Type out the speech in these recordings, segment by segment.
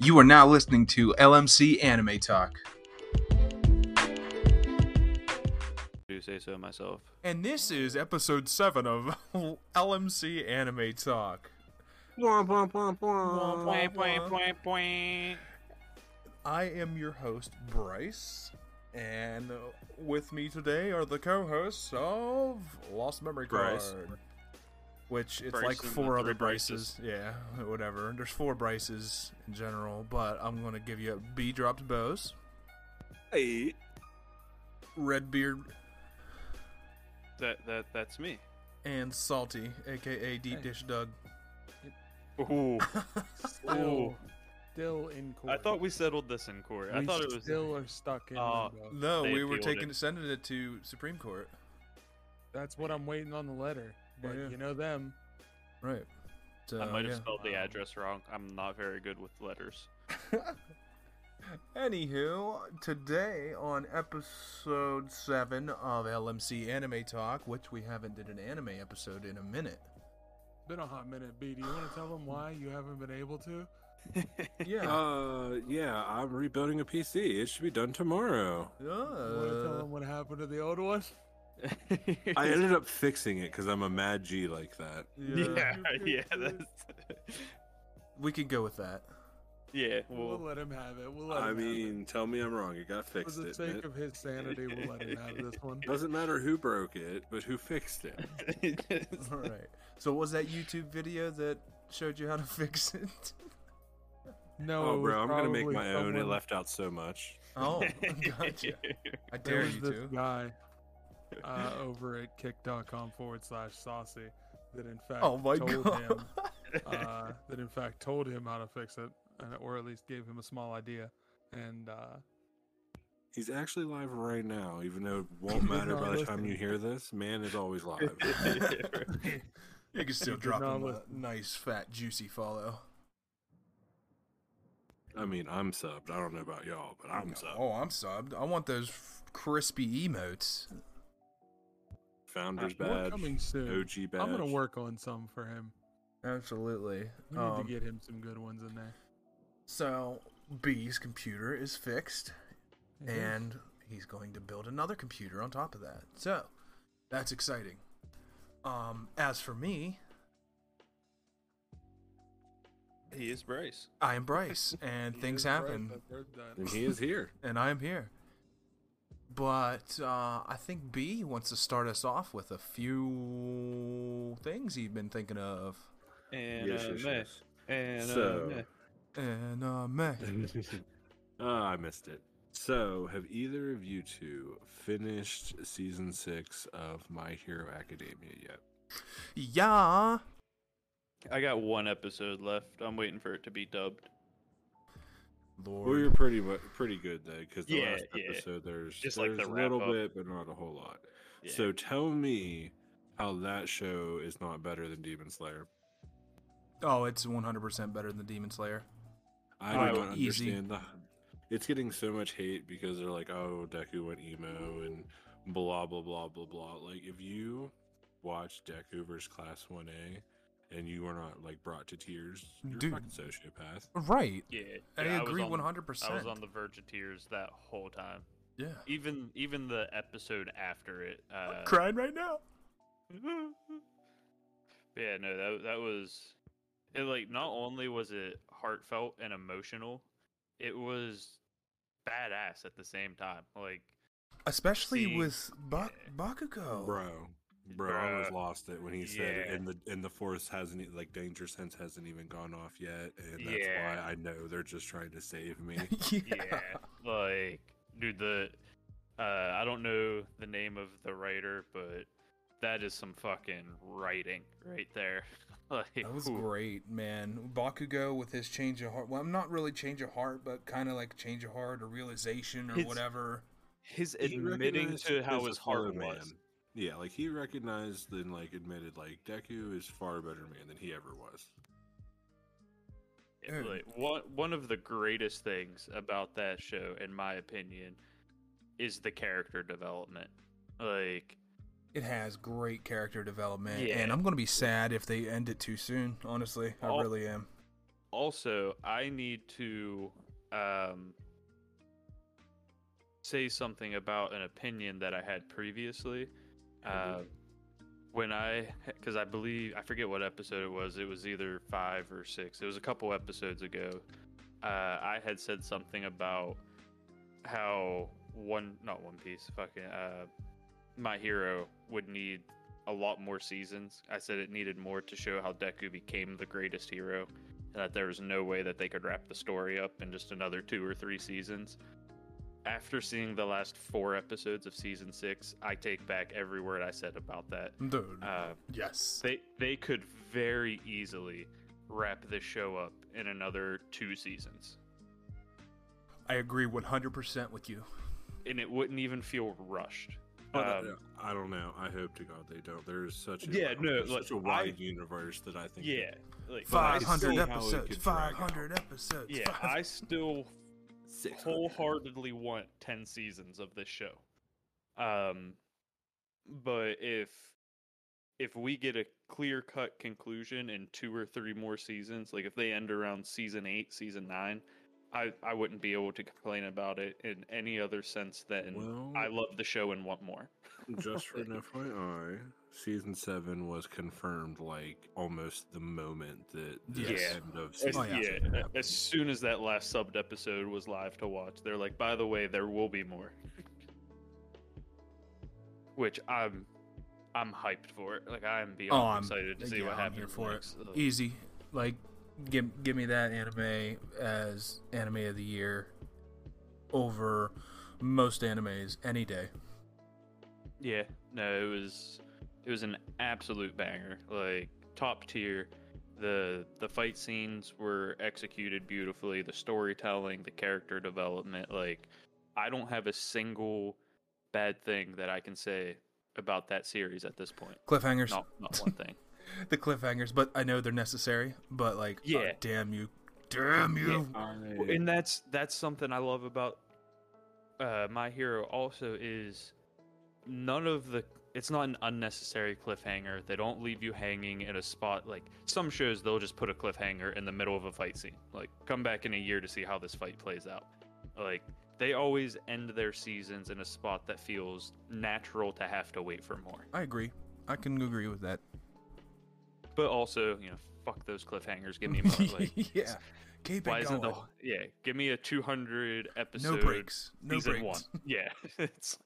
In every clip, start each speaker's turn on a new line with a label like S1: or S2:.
S1: You are now listening to LMC Anime Talk.
S2: do say so myself.
S1: And this is episode 7 of LMC Anime Talk.
S3: Uh-huh.
S1: I am your host, Bryce, and with me today are the co hosts of Lost Memory Card.
S2: Bryce.
S1: Which it's
S2: Bryce
S1: like
S2: and
S1: four
S2: the
S1: other
S2: three Bryces.
S1: Bryces. Yeah, whatever. There's four Bryces in general, but I'm going to give you a B dropped bows.
S4: Hey.
S1: Redbeard
S2: That that that's me.
S1: and Salty, aka Deep Dish Doug.
S2: Ooh.
S4: Still, still in court.
S2: I thought we settled this in court. I
S4: We
S2: thought it was
S4: still are stuck in. uh,
S2: Oh.
S4: limbo.
S1: No,
S2: They
S1: we were
S2: appealed
S1: taking sending it to Supreme Court.
S4: That's what I'm waiting on the letter. But
S1: Yeah.
S4: you know them.
S1: Right. So,
S2: I might have
S1: uh, yeah.
S2: spelled the address wrong. I'm not very good with letters.
S1: Anywho, today on episode seven of LMC Anime Talk, which we haven't did an anime episode in a minute.
S4: Been a hot minute, B. Do you want to tell them why you haven't been able to?
S1: Yeah.
S3: Uh, yeah, I'm rebuilding a PC. It should be done tomorrow.
S4: You want to tell
S1: Uh,
S4: them what happened to the old one?
S3: I ended up fixing it because I'm a mad G like that.
S2: yeah, yeah, that's
S1: We can go with that.
S2: yeah.
S4: We'll,
S2: Well,
S4: let him have it. We'll let
S3: I
S4: him have
S3: mean, tell me I'm wrong. It got
S4: it. For
S3: fixed.
S4: the
S3: It
S4: sake of his sanity, we'll let him have this one.
S3: doesn't matter who broke it, but who fixed it.
S1: All right. So, what was that YouTube video that showed you how to fix it?
S4: No,
S3: Oh,
S4: it was
S3: bro, I'm gonna make
S4: probably
S3: my own. It
S4: someone-
S3: left out so much.
S1: Oh, gotcha. I
S4: There
S1: dare
S4: was
S1: you
S4: this
S1: to.
S4: guy uh, over at kick.com forward slash saucy that in fact
S1: Oh my
S4: told
S1: god.
S4: him uh, that in fact told him how to fix it, and, or at least gave him a small idea. And uh,
S3: He's actually live right now, even though it won't matter
S4: not
S3: by the time
S4: listen.
S3: you hear this. Man is always live.
S1: You can still
S4: did
S1: drop
S4: not
S1: him a
S4: listen.
S1: nice, fat, juicy follow.
S3: I mean, I'm subbed. I don't know about y'all, but I'm subbed.
S1: Oh, I'm subbed. I want those f- crispy emotes.
S3: Founders
S4: more
S3: badge,
S4: coming soon.
S3: OG badge.
S4: I'm gonna work on some for him.
S1: Absolutely.
S4: We need
S3: Um,
S4: to get him some good ones in there.
S1: So B's computer is fixed,
S4: Mhm.
S1: and he's going to build another computer on top of that. So that's exciting. Um, as for me,
S2: he is Bryce.
S1: I am Bryce, and
S4: He
S1: things
S4: is right,
S1: happen,
S4: I've heard that.
S3: And he is here.
S1: and I am here. But uh, I think B wants to start us off with a few things he's been thinking of.
S2: And
S3: Yes,
S2: uh,
S3: yes,
S2: meh,
S3: yes.
S2: and
S3: So-
S2: uh, meh.
S1: And uh, meh.
S3: oh, I missed it. So, have either of you two finished season six of My Hero Academia yet?
S1: yeah.
S2: I got one episode left. I'm waiting for it to be dubbed.
S3: Well, you're
S1: Lord.
S3: pretty mu- pretty good though, because the
S2: Yeah,
S3: last
S2: yeah.
S3: episode there's
S2: Just like
S3: there's
S2: the
S3: a little
S2: wrap-up.
S3: bit, but not a whole lot.
S2: Yeah.
S3: So, tell me how that show is not better than Demon Slayer.
S1: Oh, it's 100% better than Demon Slayer.
S3: I
S2: Oh,
S3: do not
S1: easy.
S3: understand the. It's getting so much hate because they're like, "Oh, Deku went emo," and blah blah blah blah blah. Like, if you watch Deku versus Class One A, and you are not like brought to tears, you're
S1: Dude.
S3: a fucking sociopath.
S1: Right.
S2: yeah,
S1: I
S2: yeah, was
S1: agree
S2: on-
S1: 100%.
S2: I was on the verge of tears that whole time.
S1: Yeah.
S2: Even even the episode after it. Uh,
S1: crying right now.
S2: yeah, no, that that was it. Like, not only was it heartfelt and emotional, it was badass at the same time. Like,
S1: Especially
S2: See?
S1: with ba-
S2: Yeah.
S1: Bakugo.
S3: Bro, bro, I almost
S2: Bruh.
S3: lost it when he said,
S2: Yeah.
S3: "And the and the force hasn't e- like danger sense hasn't even gone off yet," and that's
S2: Yeah.
S3: why I know they're just trying to save me.
S1: yeah.
S2: yeah, like, dude, the uh, I don't know the name of the writer, but that is some fucking writing right there. like,
S1: That was
S2: ooh,
S1: great, man. Bakugo with his change of heart. Well, I'm not really change of heart, but kind of like change of heart or realization or
S2: His-
S1: whatever.
S2: his
S3: He
S2: admitting
S3: recognized
S2: to
S3: as
S2: how
S3: a
S2: his
S3: fellow
S2: heart
S3: man.
S2: was.
S3: Yeah, like he recognized and like admitted like Deku is far better man than he ever was.
S2: Yeah,
S1: Yeah.
S2: like, one one of the greatest things about that show, in my opinion, is the character development. Like,
S1: It has great character development,
S2: Yeah.
S1: and I'm gonna be sad if they end it too soon. Honestly, I
S2: All-
S1: really am.
S2: also I need to um, say something about an opinion that I had previously. Uh, when I, because I believe I forget what episode it was. It was either five or six. It was a couple episodes ago. Uh, I had said something about how one, not One Piece, fucking uh, My Hero would need a lot more seasons. I said it needed more to show how Deku became the greatest hero and that there was no way that they could wrap the story up in just another two or three seasons. After seeing the last four episodes of season six, I take back every word I said about that.
S1: Dude.
S2: Uh,
S1: yes.
S2: they they could very easily wrap this show up in another two seasons,
S1: I agree 100% with you.
S2: and it wouldn't even feel rushed.
S3: But I-
S2: Um,
S3: I don't know. I hope to God they don't. There's such a
S2: Yeah, no,
S3: there's
S2: look,
S3: such a wide universe that I think.
S2: yeah, like
S3: But I
S1: Five
S3: can
S1: hundred
S3: see how it
S1: episodes.
S3: could drag
S1: Five hundred episodes.
S2: yeah,
S1: five-
S2: I still
S3: six
S2: wholeheartedly want 10 seasons of this show um but if if we get a clear cut conclusion in two or three more seasons like if they end around season eight season nine i i wouldn't be able to complain about it in any other sense than
S3: Well,
S2: i love the show and want more
S3: just for an FYI, season seven was confirmed like almost the moment that the
S1: Yes. Oh,
S3: end of
S2: As,
S3: season
S1: yeah.
S2: yeah,
S3: seven happened.
S2: as soon as that last subbed episode was live to watch, they're like, by the way, there will be more. Which I'm I'm hyped for it. Like I'm beyond
S1: Oh, I'm-
S2: excited to see
S1: yeah,
S2: what
S1: I'm
S2: happens
S1: here for it.
S2: next. Ugh.
S1: Easy. Like, give give me that anime as anime of the year over most animes any day.
S2: Yeah. No, it was it was an absolute banger. Like top tier. The the fight scenes were executed beautifully, the storytelling, the character development, like I don't have a single bad thing that I can say about that series at this point.
S1: Cliffhangers,
S2: Not not one thing.
S1: the cliffhangers, but I know they're necessary. But like, yeah,
S2: Yeah.
S1: damn you, damn you.
S2: Well, and that's that's something I love about uh, My Hero. Also, is none of the it's not an unnecessary cliffhanger. They don't leave you hanging in a spot like some shows. They'll just put a cliffhanger in the middle of a fight scene. Like, come back in a year to see how this fight plays out. Like, they always end their seasons in a spot that feels natural to have to wait for more.
S1: I agree. I can agree with that.
S2: But also, you know, fuck those cliffhangers. Give me more. Like,
S1: yeah, keep
S2: why
S1: it
S2: isn't
S1: going.
S2: the yeah? Give me a 200 episode.
S1: no breaks. No
S2: season
S1: breaks.
S2: one. Yeah, it's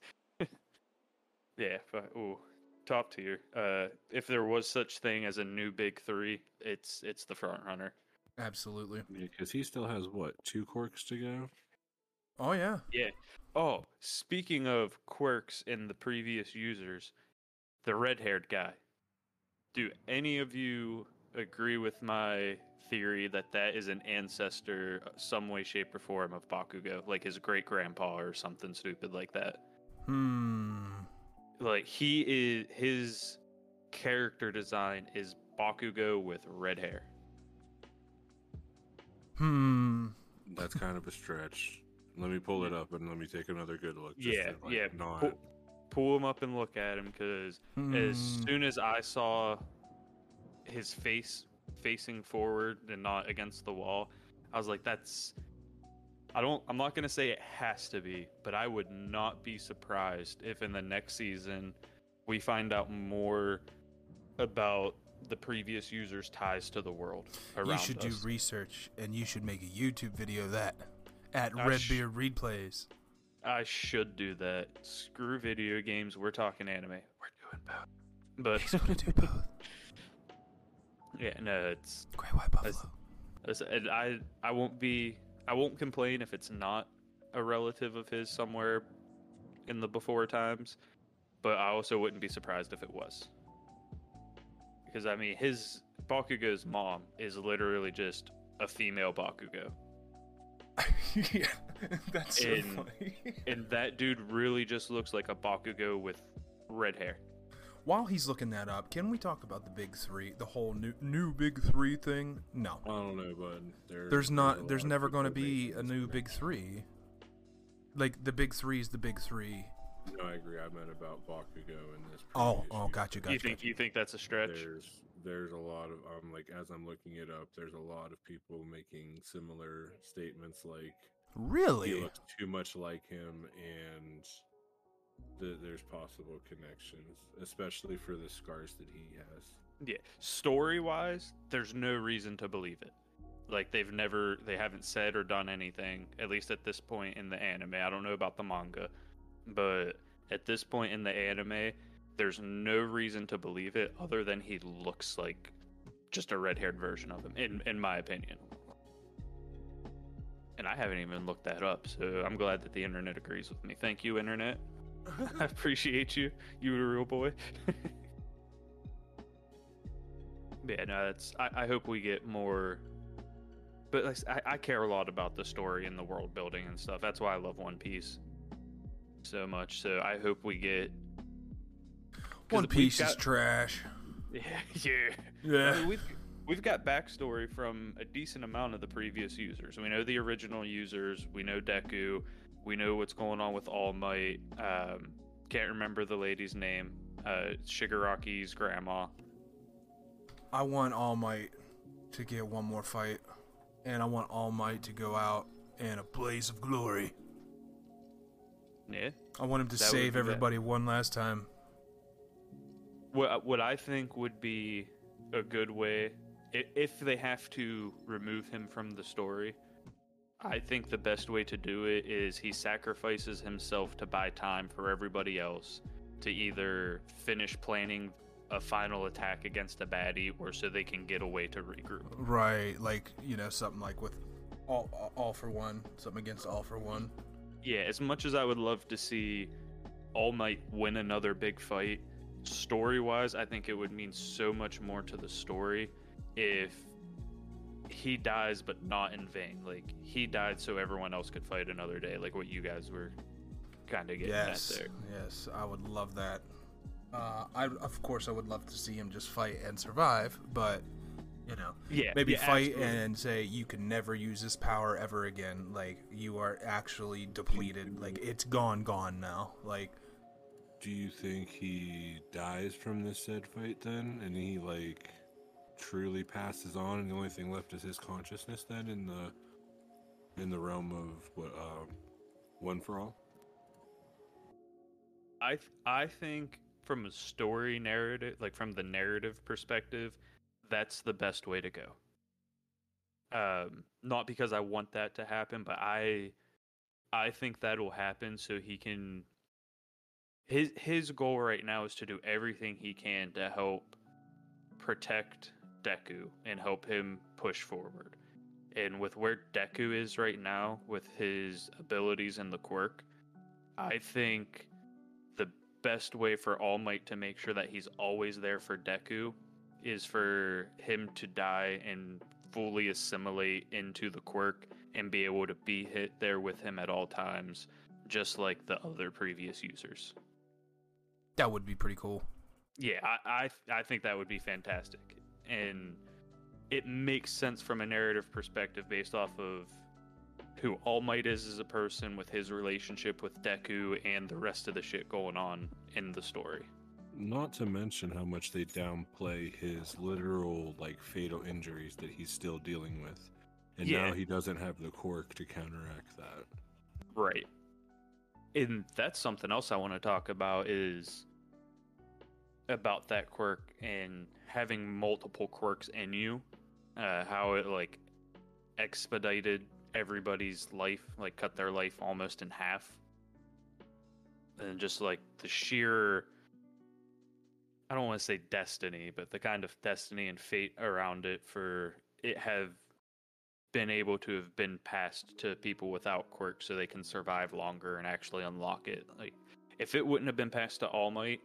S2: yeah. But, ooh, top tier. Uh, if there was such thing as a new big three, it's it's the front runner.
S1: Absolutely.
S3: because he still has what two quirks to go.
S1: Oh yeah.
S2: Oh, speaking of quirks in the previous users, the red-haired guy. Do any of you agree with my theory that that is an ancestor, uh, some way, shape, or form of Bakugo, like his great grandpa or something stupid like that?
S1: Hmm.
S2: like he is his character design is Bakugo with red hair.
S1: Hmm.
S3: That's kind of a stretch. Let me pull it up and let me take another good look. just
S2: Yeah,
S3: to, like,
S2: yeah,
S3: Not
S2: pull, pull him up and look at him because as
S1: Hmm.
S2: soon as I saw his face facing forward and not against the wall, I was like, that's. I don't. I'm not gonna say it has to be, but I would not be surprised if in the next season we find out more about the previous user's ties to the world around
S1: You should
S2: us.
S1: do research, and you should make a YouTube video of that at
S2: I
S1: Red
S2: sh-
S1: Beard Read Plays.
S2: I should do that. Screw video games. We're talking anime. We're doing both. But
S1: He's gonna do both.
S2: yeah, no, it's,
S1: Great White Buffalo.
S2: That's- it's and I I won't be I won't complain if it's not a relative of his somewhere in the before times, but I also wouldn't be surprised if it was. Because I mean, his Bakugo's mom is literally just a female Bakugo.
S1: yeah, that's so
S2: In-
S1: funny.
S2: And that dude really just looks like a Bakugo with red hair.
S1: While he's looking that up, can we talk about the big three, the whole new new big three thing? No,
S3: I don't know, bud. There,
S1: there's
S3: a
S1: not. There's
S3: lot of
S1: never going to
S3: people
S1: be a
S3: making
S1: new
S3: this
S1: big three. Like the big three is the big three.
S3: connection. No, I agree. I meant about Bakugo in this.
S1: Oh,
S3: previous
S1: oh,
S3: year.
S1: gotcha,
S2: you
S1: gotcha.
S2: think you think that's a stretch?
S3: There's there's a lot of I'm like as I'm looking it up, there's a lot of people making similar statements like he
S1: Really?
S3: looks too much like him and th- there's possible connections, especially for the scars that he has.
S2: Yeah, story wise, there's no reason to believe it. Like they've never, they haven't said or done anything. At least at this point in the anime, I don't know about the manga, but at this point in the anime, there's no reason to believe it other than he looks like just a red-haired version of him, in in my opinion. And I haven't even looked that up, so I'm glad that the internet agrees with me. Thank you, internet. I appreciate you. You were a real boy. yeah, no, that's. I, I hope we get more. But like, I, I care a lot about the story and the world building and stuff. That's why I love One Piece so much. So I hope we get. 'cause
S1: One
S2: we've
S1: Piece is
S2: got-
S1: trash.
S2: Yeah, yeah. I mean, we've we've got backstory from a decent amount of the previous users. We know the original users. We know Deku. We know what's going on with All Might. Um, can't remember the lady's name. Uh, Shigaraki's grandma.
S1: I want All Might to get one more fight, and I want All Might to go out in a blaze of glory.
S2: Yeah.
S1: I want him to
S2: That would
S1: save
S2: be that.
S1: everybody one last time.
S2: What what I think would be a good way, i- if they have to remove him from the story, I think the best way to do it is he sacrifices himself to buy time for everybody else to either finish planning a final attack against a baddie or so they can get away to regroup.
S1: Right, like you know, something like with all, all- all for one, something against all for one.
S2: Yeah, as much as I would love to see All Might win another big fight, story wise, I think it would mean so much more to the story if he dies, but not in vain. Like, he died so everyone else could fight another day, like what you guys were kind of getting
S1: yes,
S2: at there.
S1: yes, I would love that. Uh, I of course I would love to see him just fight and survive, but you know,
S2: Yeah,
S1: maybe
S2: yeah,
S1: fight
S2: absolutely.
S1: and say you can never use this power ever again. Like you are actually depleted. Like it's gone, gone now. Like
S3: Do you think he dies from this said fight then? And he like truly passes on and the only thing left is his consciousness then in the in the realm of what um one for all?
S2: I th- I think from a story narrative, like from the narrative perspective, that's the best way to go. Um, not because I want that to happen, but I I think that'll happen so he can his his goal right now is to do everything he can to help protect Deku and help him push forward. And with where Deku is right now, with his abilities and the quirk, I think the best way for All Might to make sure that he's always there for Deku is for him to die and fully assimilate into the quirk and be able to be hit there with him at all times, just like the other previous users.
S1: that would be pretty cool.
S2: Yeah, I I, I think that would be fantastic, and it makes sense from a narrative perspective based off of who All Might is as a person with his relationship with Deku and the rest of the shit going on in the story.
S3: Not to mention how much they downplay his literal like fatal injuries that he's still dealing with. And
S2: Yeah.
S3: now he doesn't have the quirk to counteract that.
S2: Right. And that's something else I want to talk about is about that quirk and having multiple quirks in you, uh, how it like expedited everybody's life, like cut their life almost in half. And just like the sheer I don't want to say destiny, but the kind of destiny and fate around it for it have been able to have been passed to people without quirks so they can survive longer and actually unlock it. Like if it wouldn't have been passed to All Might,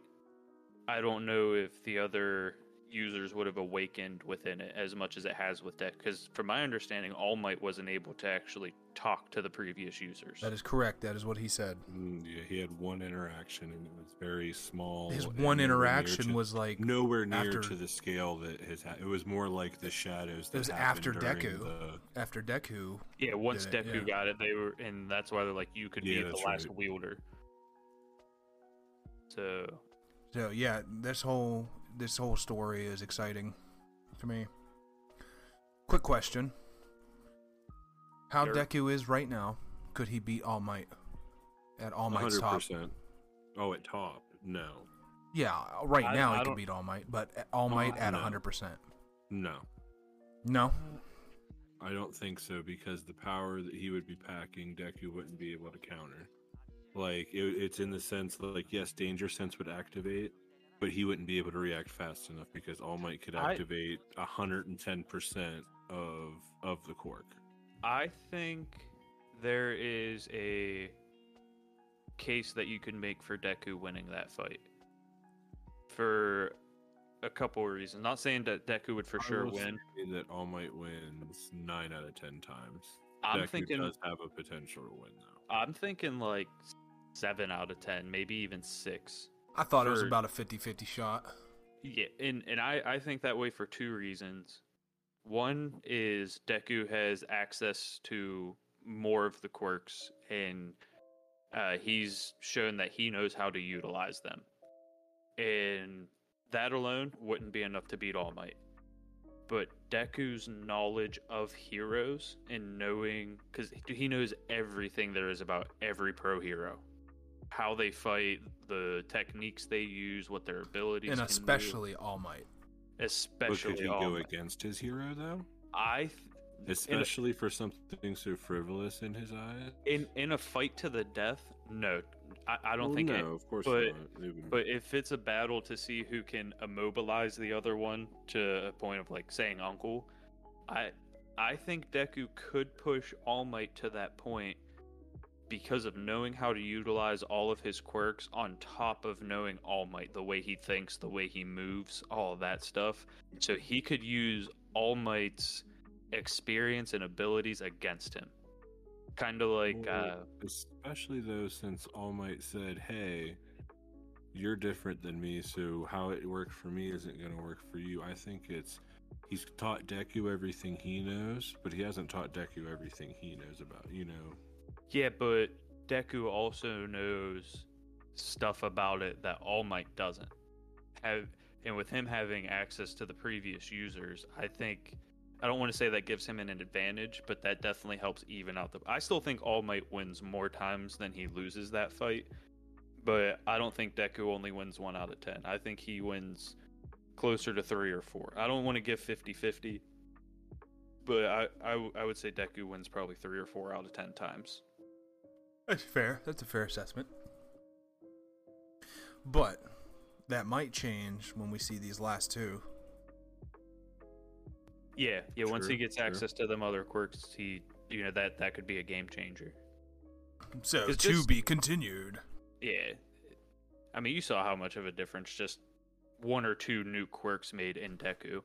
S2: I don't know if the other users would have awakened within it as much as it has with Deck. Because from my understanding, All Might wasn't able to actually talk to the previous users.
S1: That is correct. That is what he said.
S3: Mm, yeah, he had one interaction and it was very small.
S1: His
S3: Oh, and
S1: one
S3: nowhere near
S1: interaction
S3: to-
S1: was like
S3: nowhere near
S1: after-
S3: to the scale that his. Ha- it was more like the shadows. That
S1: was
S3: happened
S1: after
S3: during
S1: Deku.
S3: the-
S1: after Deku.
S2: yeah, once
S1: did it,
S2: Deku
S1: yeah.
S2: got it, they were, and that's why they're like, you could
S3: Yeah,
S2: be the
S3: that's
S2: last
S3: right.
S2: wielder. So
S1: So yeah, this whole this whole story is exciting. to me. Quick question: How
S2: Sure.
S1: Deku is right now? Could he beat All Might at All Might's top?
S3: Oh, at top? No,
S1: Yeah, uh, right
S2: I-
S1: now
S2: I
S1: he can
S2: don't- Oh,
S1: beat All Might, but uh, All Might at
S3: no.
S1: hundred percent.
S3: no,
S1: No,
S3: I don't think so because the power that he would be packing, Deku wouldn't be able to counter. Like it, it's in the sense like yes, danger sense would activate, but he wouldn't be able to react fast enough because All Might could
S2: I-
S3: activate hundred and ten percent of of the cork.
S2: I think there is a case that you can make for Deku winning that fight for a couple of reasons. Not saying that Deku would for
S3: I
S2: sure
S3: will
S2: win.
S3: say That All Might wins nine out of ten times.
S2: I'm
S3: Deku
S2: thinking
S3: does have a potential to win though.
S2: I'm thinking like 7 out of 10, maybe even 6.
S1: I thought it was
S2: For-
S1: about a 50-50 shot.
S2: Yeah, and and I I think that way for two reasons. One is Deku has access to more of the quirks, and uh, he's shown that he knows how to utilize them, and that alone wouldn't be enough to beat All Might. But Deku's knowledge of heroes and knowing, because he knows everything there is about every pro hero, how they fight, the techniques they use, what their abilities,
S1: and
S2: can do
S1: especially All Might.
S3: But could
S2: especially
S3: he
S2: all
S3: go
S2: my-
S3: against his hero though?
S2: I th-
S3: especially for something so frivolous in his eyes.
S2: in in a fight to the death. No, I, I don't
S3: Well,
S2: think.
S3: no,
S2: It,
S3: of course
S2: but-
S3: not. It would-
S2: but if it's a battle to see who can immobilize the other one to a point of like saying uncle, I I think Deku could push All Might to that point because of knowing how to utilize all of his quirks on top of knowing All Might, the way he thinks, the way he moves, all of that stuff. So he could use All Might's experience and abilities against him. Kind of like
S3: Well,
S2: uh
S3: especially though, since All Might said, "Hey, you're different than me, so how it worked for me isn't going to work for you." I think it's he's taught Deku everything he knows, but he hasn't taught Deku everything he knows about. You know,
S2: Yeah, but Deku also knows stuff about it that All Might doesn't. Have and with him having access to the previous users, I think I don't want to say that gives him an advantage, but that definitely helps even out the I still think All Might wins more times than he loses that fight. But I don't think Deku only wins one out of ten. I think he wins closer to three or four. I don't want to give 50-50, but I, I, w- I would say Deku wins probably three or four out of ten times.
S1: That's fair. That's a fair assessment. But that might change when we see these last two.
S2: Yeah, yeah. Once he
S3: True,
S2: gets
S3: true.
S2: access to them other quirks, he, you know, that that could be a game changer.
S1: So
S2: Is
S1: to
S2: this-
S1: be continued.
S2: Yeah, I mean, you saw how much of a difference just one or two new quirks made in Deku.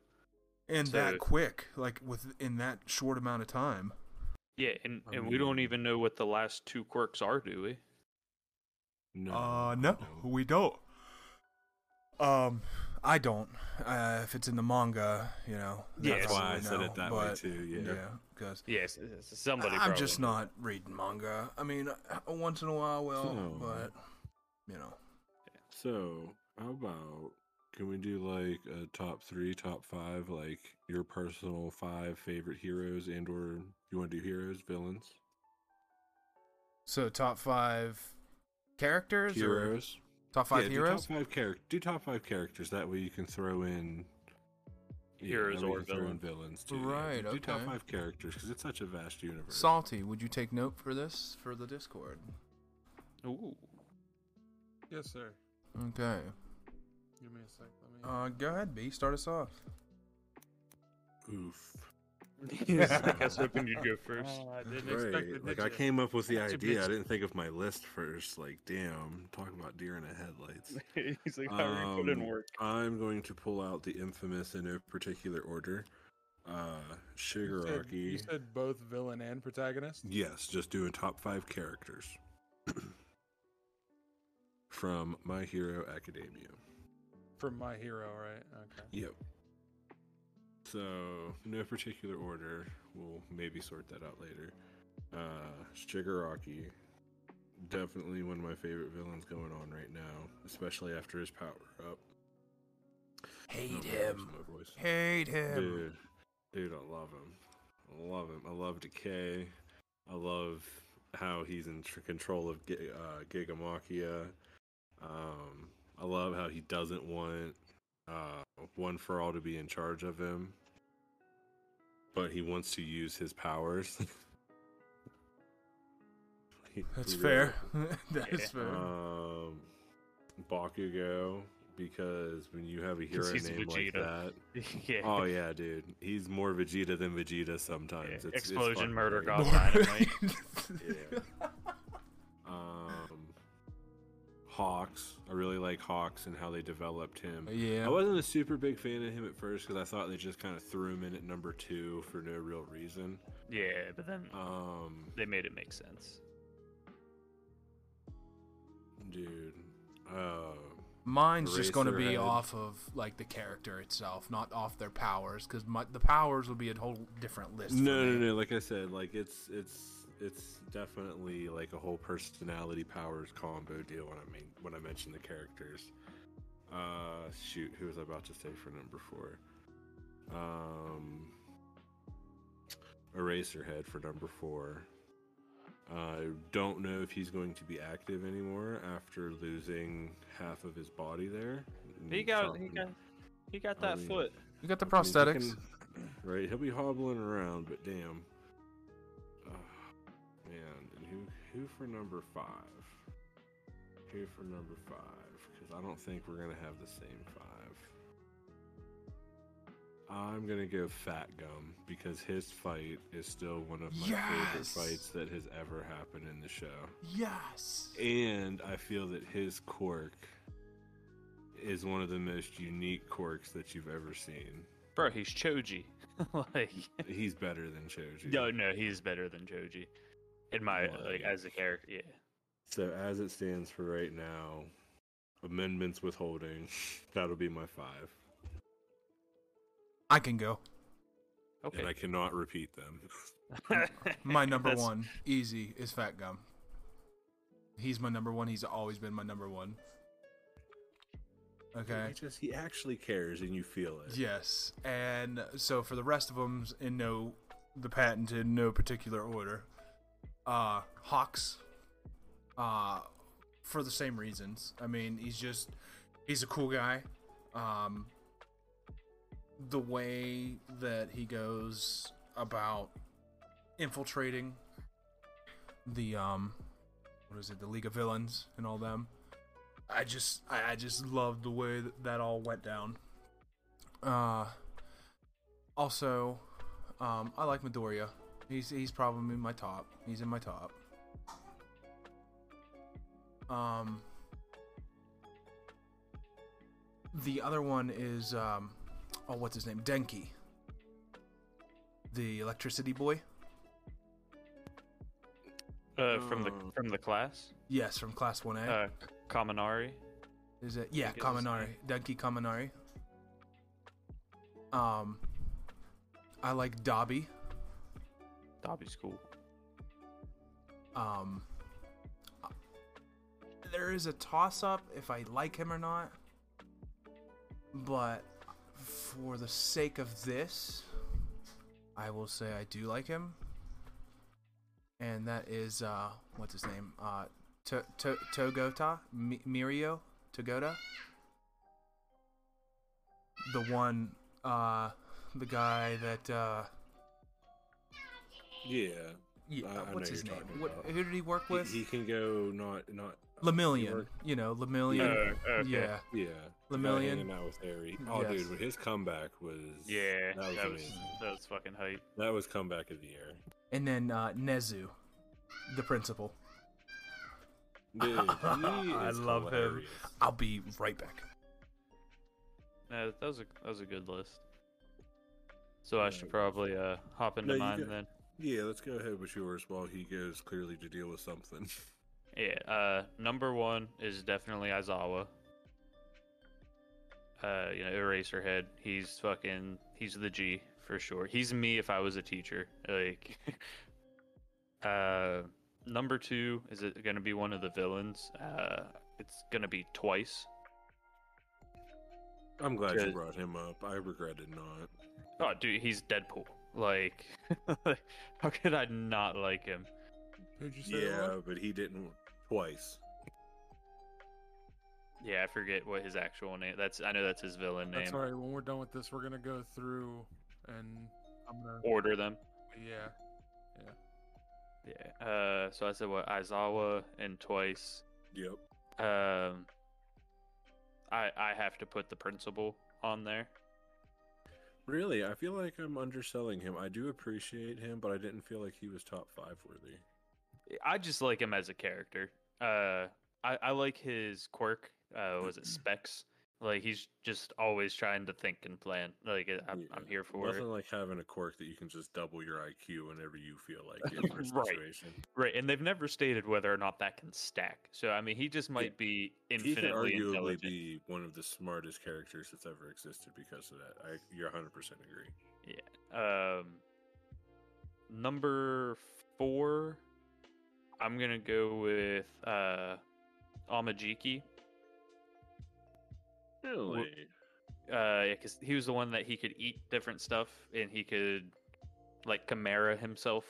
S1: And
S2: So-
S1: that quick, like within that short amount of time.
S2: Yeah, and
S3: I
S2: and we don't
S3: mean-
S2: even know what the last two quirks are, do we?
S3: no,
S1: Uh, no, we don't. Um, I don't. Uh, if it's in the manga, you know.
S2: Yeah,
S1: that's
S2: yes,
S3: that's
S1: all
S3: why I
S1: we
S3: said
S1: know,
S3: it that way
S1: but,
S3: too. Yeah.
S1: Yeah, because
S2: Yes, somebody.
S1: I'm
S2: probably.
S1: just not reading manga. I mean, uh, once in a while, well,
S3: So-
S1: but you know,
S3: So how about? Can we do like a top three, top five, like your personal five favorite heroes and/or you want to do heroes, villains?
S1: so top five characters or
S3: heroes.
S1: top five
S3: Yeah,
S1: heroes.
S3: Do top five character. Do top five characters. That way you can throw in yeah,
S2: Heroes
S3: that way you
S2: or
S3: can throw in
S2: villain.
S3: villains too. yeah.
S1: Right,
S3: Do, do top
S1: okay.
S3: five characters because it's such a vast universe.
S1: Salty, would you take note for this for the Discord?
S2: Ooh.
S4: Yes, sir.
S1: Okay.
S4: Give me a sec. Let me.
S3: Um,
S1: Uh, go ahead, B. Start us off.
S3: Oof.
S2: I was hoping you'd go first.
S4: I didn't
S3: Right.
S4: expect it.
S3: Like I came up with the
S4: That's a
S3: idea. I
S4: bitch.
S3: didn't think of my list first. Like, damn, talk about deer in the headlights.
S2: He's like, how are you
S3: Um,
S2: putting work?
S3: I'm going to pull out the infamous in no particular order. Uh,
S4: You said, you
S3: Shigaraki.
S4: said both villain and protagonist.
S3: Yes, just doing top five characters from My Hero Academia.
S4: From My Hero, right? Okay.
S3: Yep. So, no particular order. We'll maybe sort that out later. Uh, Shigaraki, definitely one of my favorite villains going on right now, especially after his power up.
S1: Hate
S3: No,
S1: him.
S3: My voice.
S1: Hate him.
S3: Dude, dude, I love him. I love him. I love Decay. I love how he's in tr- control of G- uh, Gigamachia. Um, I love how he doesn't want uh, One for All to be in charge of him, but he wants to use his powers. He-
S1: That's
S3: he
S1: fair.
S3: really-
S1: that is
S2: Yeah. Uh,
S1: fair.
S3: um, Bakugo, because when you have a hero
S2: 'Cause he's
S3: name like
S2: Vegeta.
S3: that,
S2: yeah.
S3: Oh yeah, dude. He's more Vegeta than Vegeta sometimes.
S2: Yeah,
S3: It's- it's
S2: explosion,
S3: fucking
S2: murder,
S3: great.
S2: God. Dynamite.
S3: Yeah. Um, Hawks. I really like Hawks and how they developed him.
S1: Oh, yeah.
S3: I wasn't a super big fan of him at first because I thought they just kind of threw him in at number two for no real reason.
S2: yeah, but then
S3: Um,
S2: they made it make sense.
S3: dude. Uh,
S1: Mine's just going to be
S3: Eraserhead.
S1: off of like the character itself, not off their powers, because the powers would be a whole different list. for
S3: no, no,
S1: me.
S3: no. Like I said, like it's it's it's definitely like a whole personality powers combo deal when I mean when I mention the characters. Uh, shoot, who was I about to say for number four? Um, Eraserhead for number four. I don't know if he's going to be active anymore after losing half of his body there.
S2: He got he got he got
S3: I
S2: that
S3: mean,
S2: foot.
S1: You got the
S3: I mean, he
S1: prosthetics.
S3: can- right, he'll be hobbling around, but damn. Ah, man, and who who for number five? Who for number five? Because I don't think we're gonna have the same five. I'm gonna go Fat Gum because his fight is still one of my favorite
S1: Yes!
S3: fights that has ever happened in the show.
S1: Yes.
S3: And I feel that his quirk is one of the most unique quirks that you've ever seen.
S2: Bro, he's Choji. like
S3: He's better than Choji.
S2: No, no, he's better than Choji. In my like
S3: Right.
S2: as a character, yeah.
S3: So as it stands for right now, amendments withholding. That'll be my five,
S1: I can go.
S2: Okay.
S3: and I cannot repeat them.
S1: My number
S2: That's-
S1: one, easy, is Fat Gum. He's my number one. He's always been my number one. Okay.
S3: He just he actually cares, and you feel it.
S1: Yes. And so for the rest of them, in no, the patented, no particular order. Uh, Hawks. Uh, for the same reasons. I mean, he's just, he's a cool guy. Um, the way that he goes about infiltrating the um what is it the league of villains and all them i just i, I just love the way that, that all went down uh also um i like midoriya he's he's probably my top he's in my top um the other one is um oh what's his name denki the electricity boy
S2: Uh, from the
S3: Oh.
S2: from the class,
S1: yes from class 1a
S2: uh, Kaminari.
S1: Is it? Yeah,
S2: think it was-
S1: Kaminari. Denki Kaminari. Um, I like Dobby.
S2: Dobby's cool.
S1: Um, there is a toss up if I like him or not, but for the sake of this, I will say I do like him. And that is, uh, what's his name? Uh, to- to- Togota? Mi- Mirio? Togota? The one, uh, the guy that, uh,
S3: Yeah,
S1: yeah,
S3: I- I know
S1: uh, what's
S3: who
S1: his
S3: you're
S1: name?
S3: talking
S1: What,
S3: about.
S1: who did he work
S3: he,
S1: with?
S3: he can go not not. he
S1: Lemillion,
S3: worked-
S1: you know,
S2: Uh,
S1: Lemillion. Yeah,
S3: Yeah, the guy
S1: Lemillion.
S3: hanging out with Harry. Oh,
S1: Yes.
S3: dude, when his comeback was
S2: Yeah,
S3: that was
S2: that was
S3: amazing.
S2: that was fucking hype.
S3: That was comeback of the year.
S1: and then uh, Nezu, the principal.
S3: Dude, he
S1: I
S3: is
S1: love him.
S3: hilarious.
S1: I'll be right back.
S2: No, Uh, that was a that was a good list. So I
S3: Yeah,
S2: should
S3: it was.
S2: probably uh hop into
S3: No, you
S2: mine
S3: got-
S2: then.
S3: Yeah, let's go ahead with yours while he goes clearly to deal with something.
S2: Yeah. Uh, number one is definitely Aizawa. Uh, you know, Eraserhead. He's fucking. He's the G for sure. He's me if I was a teacher. Like. uh, number two is it gonna be one of the villains? Uh, it's gonna be twice.
S3: I'm glad you
S2: Good.
S3: brought him up. I regretted not.
S2: Oh, dude, he's Deadpool. Like, like, how could I not like him?
S4: Who'd you say?
S3: Yeah,
S4: Yeah.
S3: but he didn't twice.
S2: Yeah, I forget what his actual name. That's I know that's his villain name.
S4: That's all right. When we're done with this, we're gonna go through and I'm gonna.
S2: Order them.
S4: Yeah.
S2: Yeah. Uh, so I said what Aizawa and twice.
S3: Yep.
S2: Um, I I have to put the principal on there.
S3: Really, I feel like I'm underselling him. I do appreciate him, but I didn't feel like he was top five worthy.
S2: I just like him as a character. Uh, I I like his quirk. Uh, was it specs? Like he's just always trying to think and plan. Like I- I'm, I'm
S3: Yeah,
S2: here for it.
S3: Nothing like having a quirk that you can just double your IQ whenever you feel like it for a
S2: Right.
S3: situation.
S2: Right, and they've never stated whether or not that can stack. So I mean, he just might be
S3: He could
S2: infinitely
S3: arguably
S2: intelligent.
S3: be one of the smartest characters that's ever existed because of that. I, you're 100% agree.
S2: Um, number four, I'm gonna go with uh, Amajiki. Really? Uh, yeah, because he was the one that he could eat different stuff and he could like chimera himself.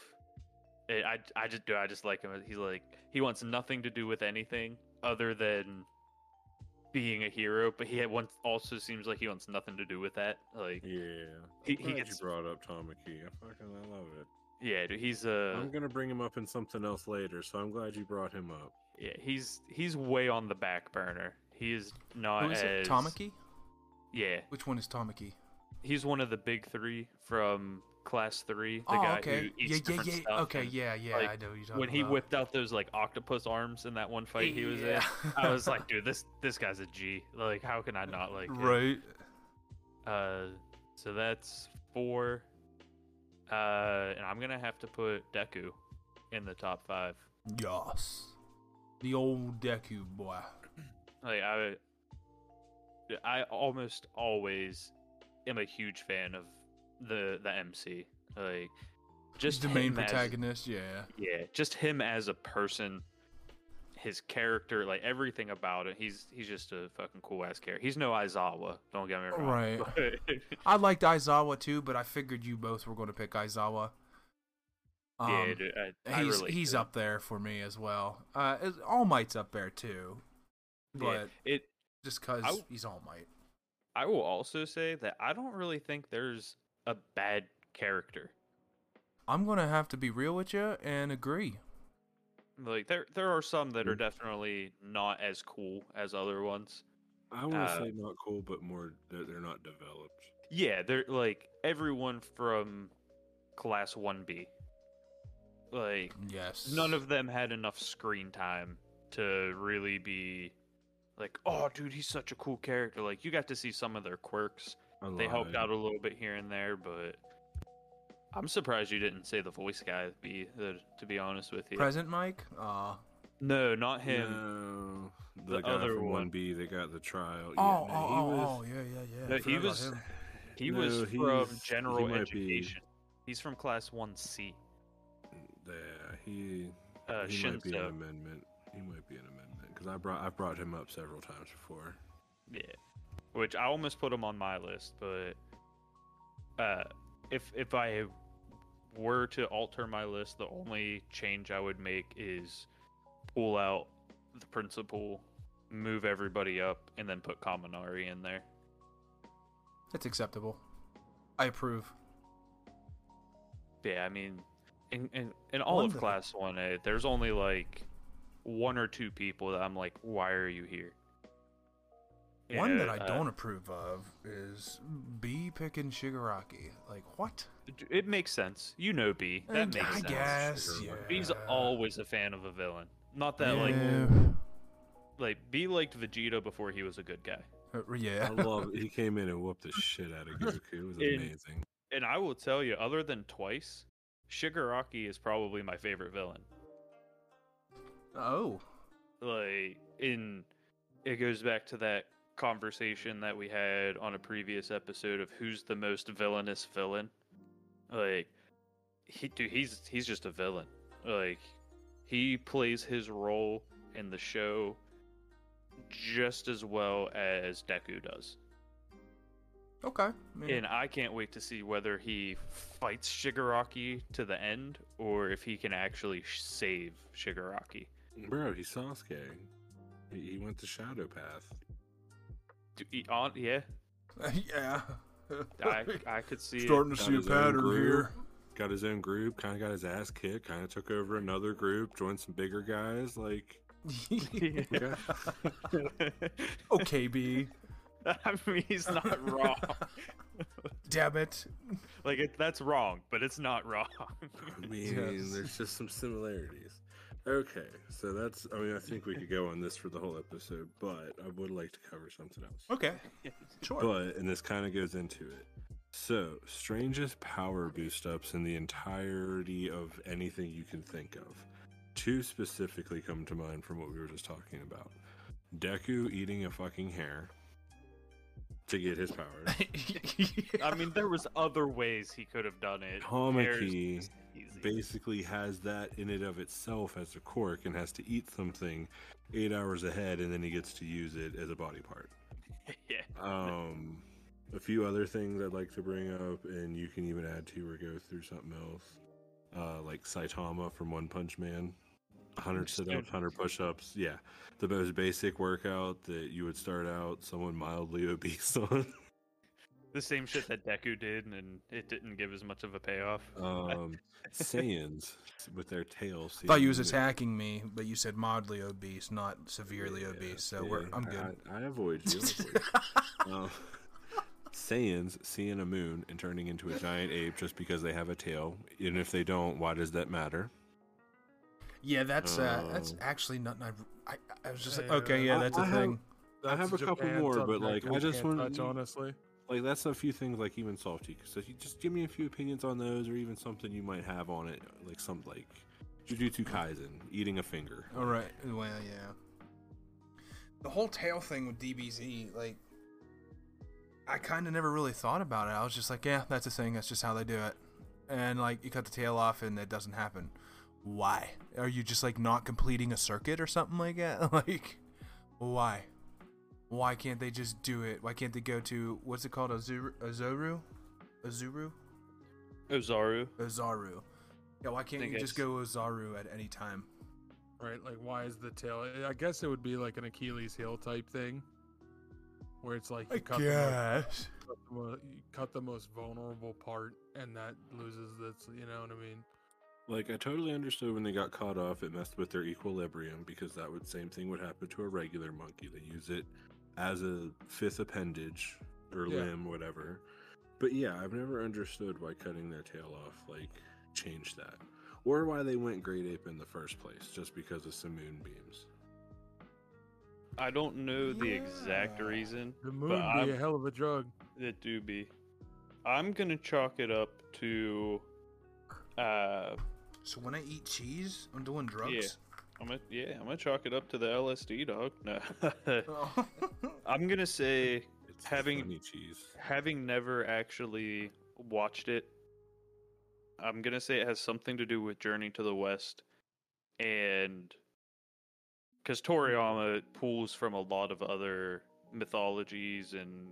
S2: Eh, I I just do I just like him. He's like he wants nothing to do with anything other than being a hero, but he wants also seems like he wants nothing to do with that. Like
S3: Yeah.
S2: He-
S3: He,
S2: he
S3: he
S2: gets-
S3: you brought up Tamaki. I fucking I love it.
S2: yeah, dude, he's uh, a
S3: I'm going to bring him up in something else later, so I'm glad you brought him up.
S2: Yeah, he's he's way on the back burner. He is not
S1: Who is
S2: Uh, as
S1: it? Tamaki?
S2: Yeah,
S1: Which one is Tamaki?
S2: he's one of the big three from class three. The
S1: oh,
S2: guy
S1: okay.
S2: who eats
S1: yeah, yeah,
S2: different
S1: yeah.
S2: stuff.
S1: okay,
S2: and
S1: yeah, yeah.
S2: like,
S1: I know who you're talking
S2: When he
S1: about.
S2: whipped out those like octopus arms in that one fight he was
S1: yeah.
S2: in, I was like, dude, this this guy's a G. Like, how can I not like him?
S1: right.
S2: Uh, so that's four. Uh, and I'm gonna have to put Deku in the top five.
S1: Yes. The old Deku boy.
S2: Like I, I almost always am a huge fan of the the MC. Like just
S1: the main
S2: him as-
S1: protagonist, yeah.
S2: yeah, just him as a person, his character, like everything about it. He's he's just a fucking cool ass character. He's no Aizawa. Don't get me wrong.
S1: Right.
S2: but-
S1: I liked Aizawa too, but I figured you both were going to pick Aizawa. Um,
S2: yeah, dude, I, I
S1: he's
S2: relate
S1: he's
S2: to him.
S1: up there for me as well. Uh, it- All Might's up there too, but
S2: Yeah, it
S1: just because
S2: I w-
S1: he's All Might.
S2: I will also say that I don't really think there's a bad character.
S1: I'm gonna have to be real with you and agree.
S2: Like there there are some that are
S3: Mm.
S2: definitely not as cool as other ones.
S3: I want to
S2: Uh,
S3: say not cool, but more that they're not developed.
S2: Yeah, they're like everyone from class 1B. Like
S1: Yes.
S2: none of them had enough screen time to really be like, "Oh, dude, he's such a cool character." Like you got to see some of their quirks.
S3: I
S2: They helped
S3: lied.
S2: out a little bit here and there, but I'm surprised you didn't say the voice guy be the, to be honest with you.
S1: present Mike. Uh,
S2: No, not him.
S3: No,
S2: The
S3: the, guy
S2: other
S3: from
S2: one.
S3: 1B that got the trial. Yeah,
S1: oh, oh,
S3: no, he
S1: oh,
S3: was-
S1: oh, yeah, yeah, yeah.
S2: No,
S1: I
S2: he
S1: forgot about
S2: was-
S1: him.
S2: He
S3: No,
S2: was from
S3: he's- he
S2: general
S3: might be-
S2: education. He's from class 1C.
S3: Yeah, he
S2: Uh,
S3: he might be an
S2: Shinzo.
S3: amendment. He might be an amendment because I brought I've brought him up several times before.
S2: Yeah. Which I almost put him on my list, but uh, if if I were to alter my list, the only change I would make is pull out the principal, move everybody up, and then put Kaminari in there.
S1: That's acceptable. I approve.
S2: Yeah, I mean, in in, in all of
S1: Wonderful.
S2: class one A, there's only like one or two people that I'm like, why are you here? You
S1: One
S2: know,
S1: that I
S2: uh,
S1: don't approve of is B picking Shigaraki. Like what?
S2: It makes sense. You know B. That
S1: And
S2: makes
S1: Eh, I
S2: sense.
S1: guess. Yeah.
S3: Shigaraki.
S2: B's always a fan of a villain. Not that like
S1: yeah.
S2: like B liked Vegeta before he was a good guy.
S1: Uh,
S3: I
S1: yeah.
S3: love he came in and whooped the shit out of Goku. It was
S2: In-
S3: amazing.
S2: And I will tell you, other than twice, Shigaraki is probably my favorite villain.
S1: Oh.
S2: Like in it goes back to that conversation that we had on a previous episode of who's the most villainous villain. Like he dude, he's he's just a villain. Like he plays his role in the show just as well as Deku does.
S1: Okay. I mean,
S2: And I can't wait to see whether he fights Shigaraki to the end or if he can actually sh- save Shigaraki.
S3: Bro, he's Sasuke. He, he went the shadow path.
S2: Do, e- on, yeah,
S1: yeah.
S2: I, I could see it.
S1: Starting to
S3: Got
S1: see a
S3: his own
S1: pattern
S3: groove.
S1: here.
S3: Got his own group, kind of got his ass kicked, kind of took over another group, joined some bigger guys. Like,
S2: Yeah.
S1: okay, B.
S2: I mean, he's not wrong.
S1: Damn it.
S2: like it, that's wrong, but it's not wrong.
S3: I mean,
S1: Yes.
S3: there's just some similarities. Okay, so that's, I mean, I think we could go on this for the whole episode, but I would like to cover something else.
S1: Okay. Sure.
S3: But, and this kind of goes into it. So, strangest power boost ups in the entirety of anything you can think of. Two specifically come to mind from what we were just talking about Deku eating a fucking hair to get his powers.
S2: I mean, there was other ways he could have done it. There's
S3: Kamaki
S2: just easy.
S3: basically has that in and of itself as a quirk and has to eat something eight hours ahead and then he gets to use it as a body part.
S2: yeah.
S3: Um, a few other things I'd like to bring up, and you can even add to or go through something else. Uh, like Saitama from One Punch Man, 100 sit ups, 100 push ups. Yeah, the most basic workout that you would start out someone mildly obese on.
S2: The same shit that Deku did, and it didn't give as much of a payoff.
S3: Um, Saiyans with their tails.
S1: I thought you was
S3: seeing the-
S1: attacking me, but you said mildly obese, not severely
S3: Yeah,
S1: obese. So
S3: yeah,
S1: we're, I'm
S3: I-
S1: good.
S3: I, I avoid you. I avoid you. um, Saiyans seeing a moon and turning into a giant ape just because they have a tail. And if they don't, why does that matter?
S1: Yeah, that's uh, that's
S3: Um,
S1: actually nothing. I, I, I was just like,
S4: Yeah.
S1: okay, yeah,
S3: I-
S1: that's a
S3: I have-
S1: thing.
S3: I
S4: That's
S3: have a couple
S4: Japan
S3: more, but,
S4: subject
S3: like,
S4: we
S3: I just
S4: can't
S3: wanna-
S4: touch, honestly.
S3: Like that's a few things like even salty. So you just give me a few opinions on those, or even something you might have on it, like some like Jujutsu Kaisen eating a finger.
S1: All right. Well, yeah. The whole tail thing with DBZ, like, I kind of never really thought about it. I was just like, yeah, that's a thing. That's just how they do it. And like, you cut the tail off, and that doesn't happen. Why? Are you just like not completing a circuit or something like that? like, why? Why can't they just do it? Why can't they go to what's it called? Azuru? Azuru? Azuru?
S2: Ozaru.
S1: Ozaru. Yeah, why can't
S2: Think
S1: you just
S2: it's-
S1: go Ozaru at any time?
S4: Right? Like, why is the tail? I- I guess it would be like an Achilles heel type thing, where it's like you cut, the most, cut, the mo- you cut the most vulnerable part, and that loses this. You know what I mean?
S3: Like I totally understood when they got caught off, it messed with their equilibrium because that would same thing would happen to a regular monkey. They use it as a fifth appendage or
S4: Yeah.
S3: limb, whatever. But yeah, I've never understood why cutting their tail off like changed that, or why they went great ape in the first place, just because of some moonbeams.
S2: I don't know the exact
S1: Yeah.
S2: reason.
S4: The
S2: but
S4: moon would
S2: I'm-
S4: be a hell of a drug.
S2: It do be. I'm gonna chalk it up to. Uh,
S1: So when I eat cheese, I'm doing drugs.
S2: I'm gonna, yeah, I'm gonna chalk it up to the LSD dog. No,
S1: Oh.
S2: I'm gonna say
S3: It's the
S2: Having-
S3: funny cheese.
S2: having never actually watched it, I'm gonna say it has something to do with Journey to the West, and because Toriyama pulls from a lot of other mythologies and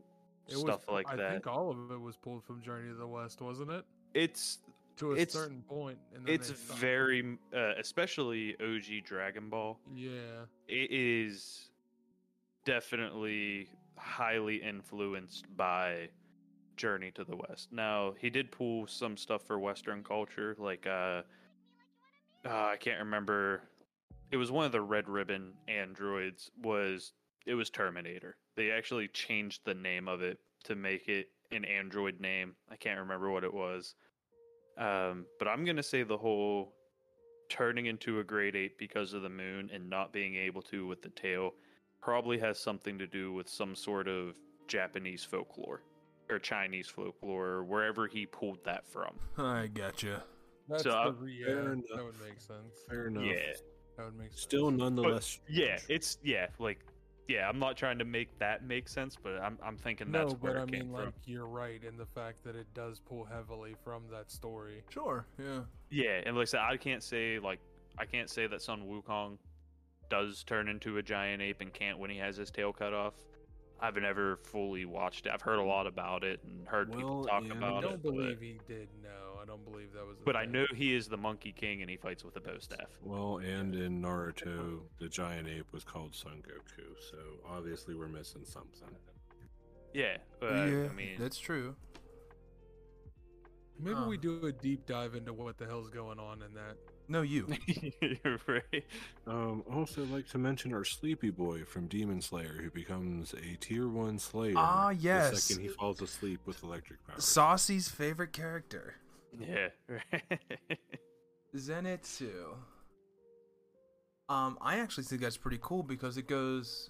S4: It
S2: stuff
S4: was,
S2: like
S4: I
S2: that.
S4: think all of it was pulled from Journey to the West, wasn't it?
S2: It's
S4: To a
S2: It's-
S4: certain point, and then
S2: it's
S4: they stopped.
S2: very, m- uh, especially OG Dragon Ball.
S4: yeah.
S2: It is definitely highly influenced by Journey to the West. Now he did pull some stuff for Western culture, like uh, uh I can't remember. It was one of the Red Ribbon androids. Was it was Terminator? They actually changed the name of it to make it an android name. I can't remember what it was. Um, but I'm gonna say the whole turning into a grade eight because of the moon and not being able to with the tail probably has something to do with some sort of Japanese folklore or Chinese folklore or wherever he pulled that from.
S1: I gotcha.
S4: That's
S2: So, uh,
S4: the re- yeah,
S3: fair
S4: that
S3: enough.
S4: would make sense.
S3: Fair enough.
S2: Yeah.
S4: That would make sense.
S3: Still, nonetheless,
S2: Yeah, it's yeah, like yeah, I'm not trying to make that make sense, but I'm I'm thinking
S4: no,
S2: that's where
S4: but
S2: it
S4: I
S2: came
S4: mean,
S2: from.
S4: like you're right in the fact that it does pull heavily from that story.
S1: Sure. Yeah.
S2: Yeah, and like I said, I can't say like I can't say that Sun Wukong does turn into a giant ape and can't when he has his tail cut off. I haven't ever fully watched it. I've heard a lot about it and heard people
S3: Well,
S2: talk
S3: and-
S4: I
S2: about
S4: don't
S2: it.
S4: believe
S2: But,
S4: he did. No, I don't believe that was. the
S2: but I
S4: thing.
S2: know he is the Monkey King and he fights with a bow staff.
S3: Well, and in Naruto, the giant ape was called Son Goku, so obviously we're missing something.
S2: Yeah, but
S1: yeah,
S2: I mean,
S1: that's true.
S4: Maybe we
S1: Um,
S4: do a deep dive into what the hell's going on in that.
S1: No, you.
S2: you're right.
S3: Um, also, like to mention our Sleepy Boy from Demon Slayer, who becomes a Tier One Slayer.
S1: Ah,
S3: The
S1: yes.
S3: second he falls asleep with electric power.
S1: Saucy's favorite character,
S2: Yeah, right.
S1: Zenitsu. Um, I actually think that's pretty cool because it goes,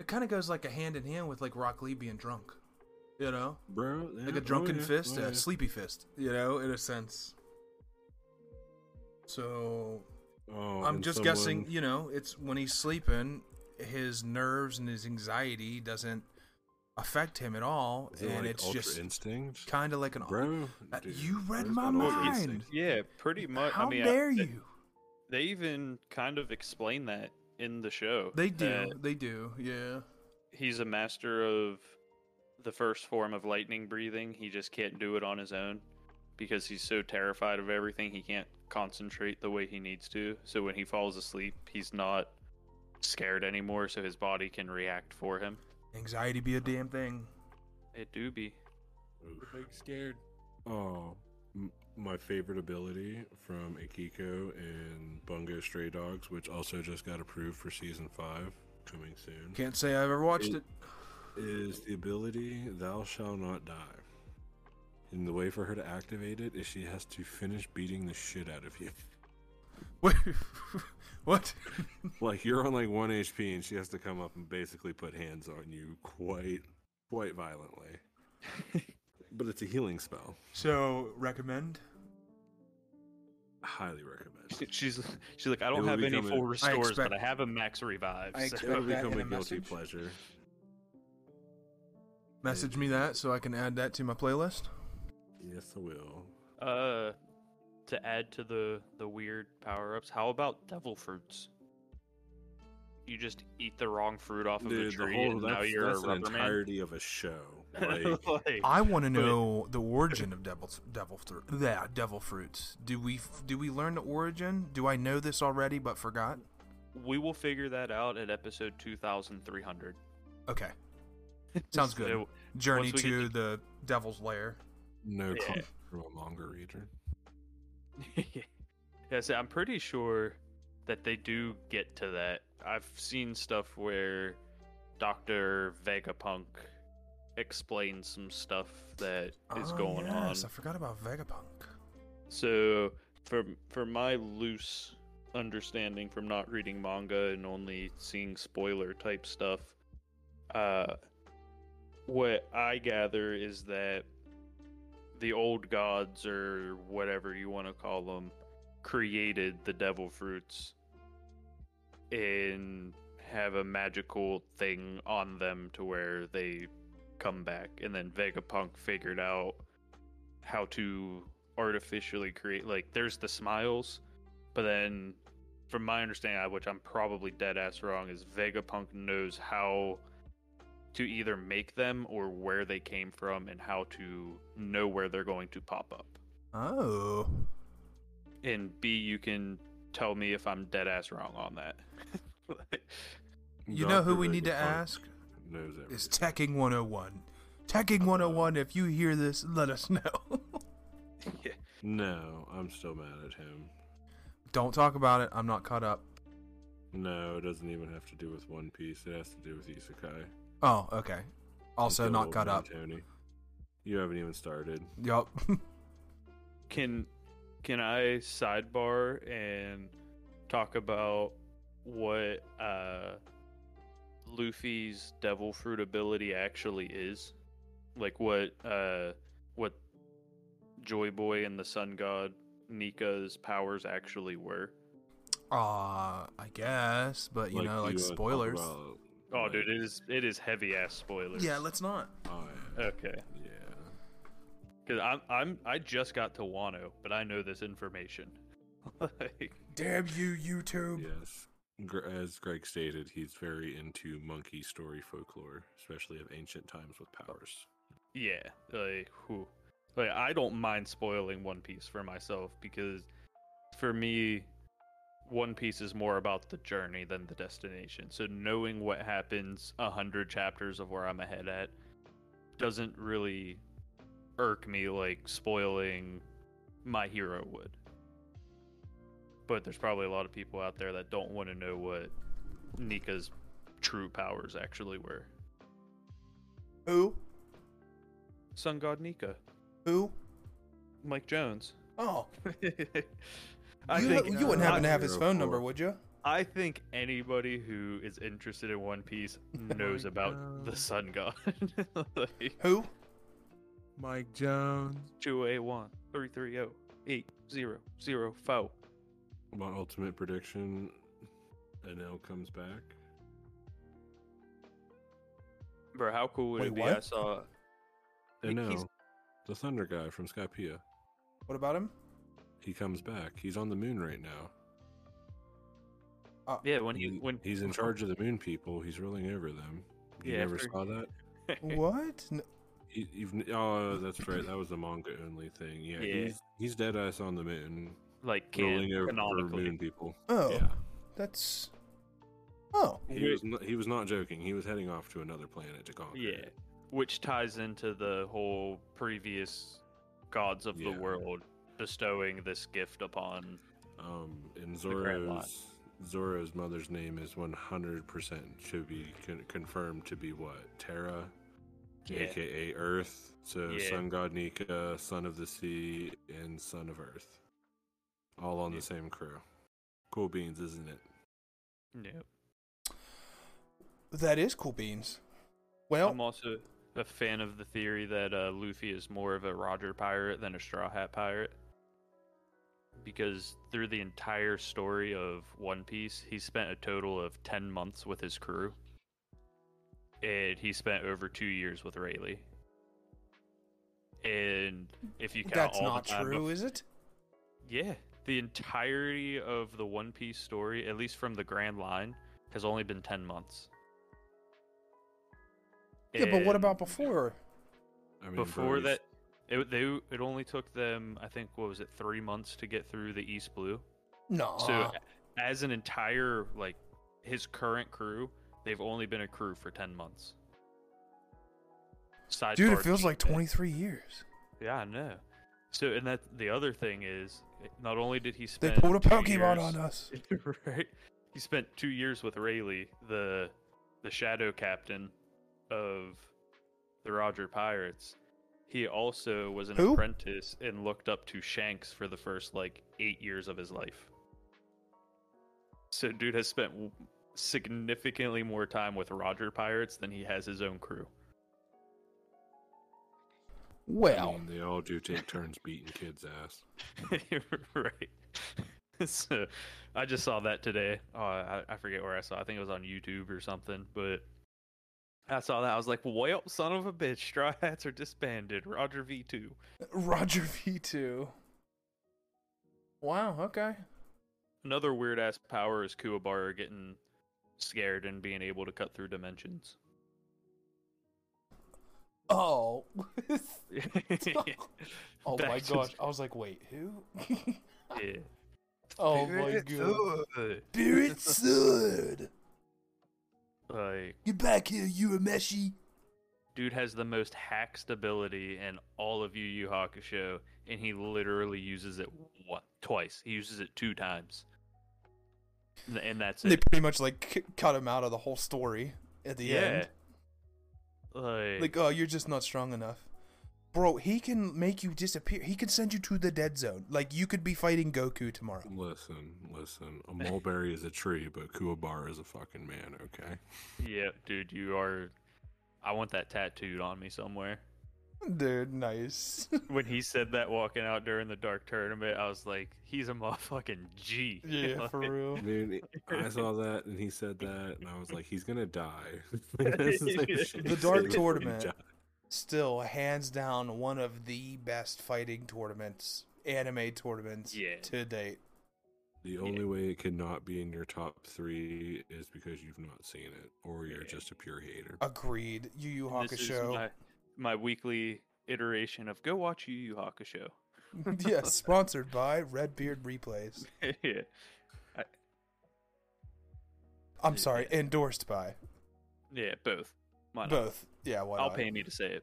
S1: it kind of goes like a hand in hand with like Rock Lee being drunk, you know,
S3: Bro, yeah,
S1: like
S3: oh
S1: a drunken
S3: yeah,
S1: fist,
S3: oh
S1: a
S3: yeah.
S1: sleepy fist, you know, in a sense. So
S3: Oh,
S1: I'm
S3: and
S1: just
S3: someone-
S1: guessing, you know, it's when he's sleeping, his nerves and his anxiety doesn't affect him at all,
S3: Is it
S1: and
S3: like
S1: it's
S3: Ultra
S1: just
S3: Instinct,
S1: kind of like an
S3: bro.
S1: Uh,
S3: dude,
S1: you read
S3: where's
S1: my
S3: that Ultra
S1: mind!
S3: Instinct?
S2: yeah, pretty much.
S1: How
S2: I mean, I-
S1: dare
S2: they-
S1: you?
S2: They even kind of explain that in the show.
S1: They
S2: that
S1: do. They do. Yeah.
S2: he's a master of the first form of lightning breathing. He just can't do it on his own because he's so terrified of everything. He can't concentrate the way he needs to. So when he falls asleep, he's not scared anymore. So his body can react for him.
S1: Anxiety be a damn thing.
S2: It do be.
S4: The
S3: Oof.
S4: big scared.
S3: Oh, m- my favorite ability from Akiko and Bungo Stray Dogs, which also just got approved for season five, coming soon,
S1: Can't say I've ever watched it.
S3: It- is the ability Thou Shall Not Die. And the way for her to activate it is she has to finish beating the shit out of you.
S1: Wait, what?
S3: like you're on like one HP, and she has to come up and basically put hands on you quite, quite violently. but it's a healing spell.
S1: So recommend?
S3: Highly recommend.
S2: She's she's like I don't
S3: will
S2: have any
S3: become a-
S2: full
S3: I
S2: restores,
S1: expect-
S2: but I have a max revive.
S1: I
S2: so-
S1: expect-
S3: It'll
S1: Put that
S3: become
S1: in
S3: a
S1: a
S3: guilty
S1: message?
S3: pleasure.
S1: Message me that so I can add that to my playlist.
S3: Yes, I will.
S2: Uh, to add to the the weird power ups, how about devil fruits? You just eat the wrong fruit off of a
S3: Dude, the
S2: tree,
S3: whole
S2: and now
S3: that's,
S2: you're
S3: that's
S2: a
S3: an
S2: rubber man.
S3: entirety of a show. Like,
S2: Like,
S1: I want to
S2: But-
S1: know the origin of devil devil fruit. Yeah, devil fruits. Do we do we learn the origin? Do I know this already but forgot?
S2: we will figure that out at episode two thousand three hundred.
S1: Okay. Sounds good.
S2: So,
S1: Journey
S2: once we get
S1: to
S2: to-
S1: the devil's lair.
S3: no
S2: Yeah.
S3: clue from a manga reader.
S2: yeah, so I'm pretty sure that they do get to that. I've seen stuff where Doctor Vegapunk explains some stuff that is
S1: Oh,
S2: going on.
S1: yes, I forgot about Vegapunk.
S2: So, for for my loose understanding from not reading manga and only seeing spoiler type stuff, uh, what I gather is that the old gods or whatever you want to call them created the devil fruits and have a magical thing on them to where they come back and then Vegapunk figured out how to artificially create like there's the smiles but then from my understanding I- which i'm probably dead ass wrong is vegapunk knows how to either make them or where they came from and how to know where they're going to pop up
S1: Oh.
S2: and b you can tell me if i'm dead ass wrong on that
S1: You know who
S3: Dr.
S1: we need to
S3: Vegapunk
S1: ask?
S3: Knows everything.
S1: is Teching 101. Teching 101, if you hear this, let us know.
S3: No, I'm still mad at him.
S1: Don't talk about it. I'm not caught up.
S3: No, it doesn't even have to do with One Piece. It has to do with Isekai.
S1: Oh, okay. Also,
S3: Until
S1: not
S3: old
S1: caught
S3: man
S1: up.
S3: Tony, you haven't even started.
S1: Yup.
S2: can can i sidebar and talk about what uh luffy's devil fruit ability actually is like what uh what joy boy and the sun god nika's powers actually were
S1: Ah, I guess, but you
S3: Like,
S1: know,
S3: do
S1: like
S2: uh,
S3: you wanna talk
S1: spoilers.
S3: about,
S2: oh
S3: like-
S2: dude it is it is heavy ass spoilers
S1: Yeah, let's not.
S3: Oh, yeah.
S2: okay
S3: yeah.
S2: because i'm i'm i just got to wano but i know this information like
S1: Damn you, YouTube.
S3: Yes. Gr- as Greg stated, he's very into monkey story folklore, especially of ancient times with powers.
S2: Yeah, like who? Like I don't mind spoiling One Piece for myself because for me One Piece is more about the journey than the destination. So knowing what happens a 100 chapters of where I'm ahead at doesn't really irk me like spoiling my hero would. But there's probably a lot of people out there that don't want to know what Nika's true powers actually were.
S1: Who?
S2: Sun God Nika,
S1: Who?
S2: Mike Jones.
S1: Oh,
S2: I
S1: you,
S2: think
S1: you wouldn't happen to
S3: I-
S1: have his phone number,
S3: Or-
S1: would you?
S2: I think anybody who is interested in One Piece
S1: Oh
S2: knows
S4: Mike
S2: about the
S4: Jones.
S2: Sun God. like,
S1: Who?
S4: Mike Jones.
S2: 281 330 8004.
S3: My ultimate prediction: Enel comes back.
S2: Bro, how cool would it
S1: Wait,
S2: be? I
S1: what?
S2: saw Like, he's-
S3: Enel, the Thunder guy from Skypea,
S1: What about him?
S3: he comes back. He's on the moon right now.
S2: yeah when
S3: He-
S2: he when
S3: he's in charge of the moon people, he's ruling over them. You
S2: Yeah,
S3: never
S2: after-
S3: saw that.
S1: What? N-
S3: He, you've, oh, that's right. That was a manga only thing. Yeah,
S2: Yeah.
S3: he's he's dead ass on the moon,
S2: like can,
S3: ruling over moon
S2: canonically.
S3: people.
S1: Oh,
S3: Yeah,
S1: that's. Oh,
S3: he was not, he was not joking. He was heading off to another planet to conquer.
S2: Yeah.
S3: it.
S2: Which ties into the whole previous gods of
S3: Yeah.
S2: the world bestowing this gift upon
S3: Um, and
S2: Grand Lot.
S3: Zoro's Zoro's mother's name is one hundred percent should be con- confirmed to be what Terra,
S2: Yeah.
S3: aka Earth. So
S2: Yeah.
S3: Sun God Nika, Son of the Sea, and Son of Earth, all on
S2: Yeah.
S3: the same crew. Cool beans, isn't it?
S2: no.
S1: that is cool beans. Well,
S2: I'm also a fan of the theory that uh, Luffy is more of a Roger pirate than a Straw Hat pirate. Because through the entire story of One Piece, he spent a total of 10 months with his crew. And he spent over two years with Rayleigh. And if you count
S1: that's
S2: all
S1: not
S2: the time
S1: true,
S2: bef-
S1: is it?
S2: yeah, the entirety of the One Piece story, at least from the Grand Line, has only been 10 months.
S1: Yeah, but what
S2: And-
S1: about before?
S3: I mean,
S2: before
S3: Brody's-
S2: that it, they it only took them i think what was it three months to get through the east blue
S1: No.
S2: so as an entire like his current crew they've only been a crew for 10 months Side
S1: Dude, it
S2: part
S1: feels
S2: being
S1: like
S2: that-
S1: 23 years.
S2: yeah i know so and that the other thing is not only did he
S1: They
S2: spend
S1: pulled a
S2: two
S1: Pokemon
S2: years-
S1: on us.
S2: right? He spent two years with Rayleigh, the the shadow captain of the Roger Pirates. He also was an
S1: Who?
S2: apprentice and looked up to Shanks for the first like eight years of his life. So, dude has spent w- significantly more time with Roger Pirates than he has his own crew.
S3: I
S1: Well,
S3: mean, they all do take turns beating kids' ass.
S2: right. so I just saw that today. Oh, I, I forget where I saw. it. I think it was on YouTube or something. But I saw that. I was like, "Well, son of a bitch, Straw Hats are disbanded." Roger V two.
S1: Roger V2. Wow, okay.
S2: Another weird ass power is Kuwabara getting scared and being able to cut through dimensions.
S1: Oh. oh my
S2: That's-
S1: gosh. I was like, wait, who?
S2: Yeah.
S1: oh my god.
S2: god.
S1: Spirit Sword!
S2: Like,
S1: Get back here, Urameshi!
S2: dude has the most hacked ability in all of Yu Yu Hakusho, and he literally uses it what twice. He uses it two times, N- and that's
S1: They
S2: it.
S1: pretty much like c- cut him out of the whole story at the end.
S2: Like,
S1: Like, oh, you're just not strong enough. Bro, he can make you disappear. He can send you to the dead zone. Like, you could be fighting Goku tomorrow.
S3: Listen, listen. A mulberry is a tree, but Kuwabara is a fucking man. Okay.
S1: uh,
S2: yeah, dude, you are. I want that tattooed on me somewhere.
S1: Dude, nice.
S2: When he said that walking out during the dark tournament, I was like, he's a motherfucking G.
S1: yeah,
S2: Like,
S1: for real.
S3: Dude, I saw that and he said that, and I was like, he's gonna die. This is like shit
S1: The
S3: he
S1: Dark
S3: said before he
S1: Tournament.
S3: died.
S1: Still, hands down, one of the best fighting tournaments, anime tournaments
S2: Yeah.
S1: to date.
S3: The only way it cannot be in your top three is because you've not seen it, or you're
S2: Yeah.
S3: just a pure hater.
S1: Agreed. Yu Yu
S2: this is
S1: Hakusho.
S2: my, my weekly iteration of go watch Yu Yu Hakusho.
S1: yeah, sponsored by Redbeard Replays.
S2: yeah.
S1: I'm sorry,
S2: Yeah.
S1: endorsed by
S2: Yeah, both. Why not?
S1: both. Yeah, why
S2: I'll
S1: not?
S2: pay me to say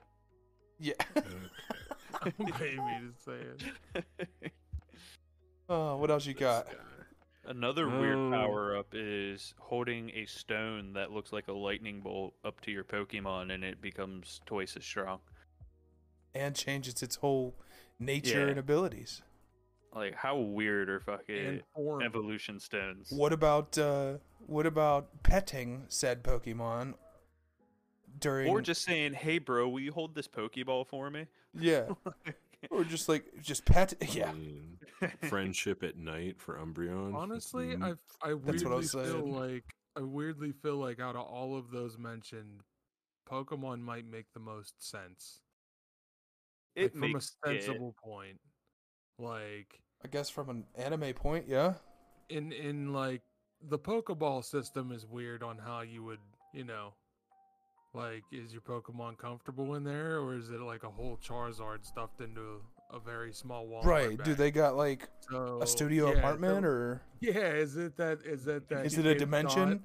S1: Yeah.
S4: Don't pay me to say it.
S2: it.
S1: oh, what else you got?
S2: Another weird
S3: Oh.
S2: power up is holding a stone that looks like a lightning bolt up to your Pokemon and it becomes twice as strong.
S1: And changes its whole nature
S2: Yeah.
S1: and abilities.
S2: Like how weird are
S4: And
S2: fucking
S4: form.
S2: evolution stones?
S1: What about uh what about petting said Pokemon during
S2: Or just saying, "Hey, bro, will you hold this Pokeball for me?"
S1: Yeah. or just like just pet yeah.
S3: Mm. Friendship at night for Umbreon.
S4: Honestly,
S3: Mm.
S4: I I
S1: That's what I
S4: weirdly
S1: was
S4: feel
S1: saying.
S4: like I weirdly feel like out of all of those mentioned, Pokemon might make the most sense.
S2: It
S4: like,
S2: makes
S4: from a
S2: yeah,
S4: sensible point. Like
S1: I guess from an anime point, yeah.
S4: in in like the Pokeball system is weird on how you would you know, like is your Pokemon comfortable in there or is it like a whole Charizard stuffed into a very small wall?
S1: right. Do they got like
S2: Oh,
S1: a studio apartment or
S4: yeah? Is it that is it that
S1: is it a
S4: kid thought-
S1: dimension?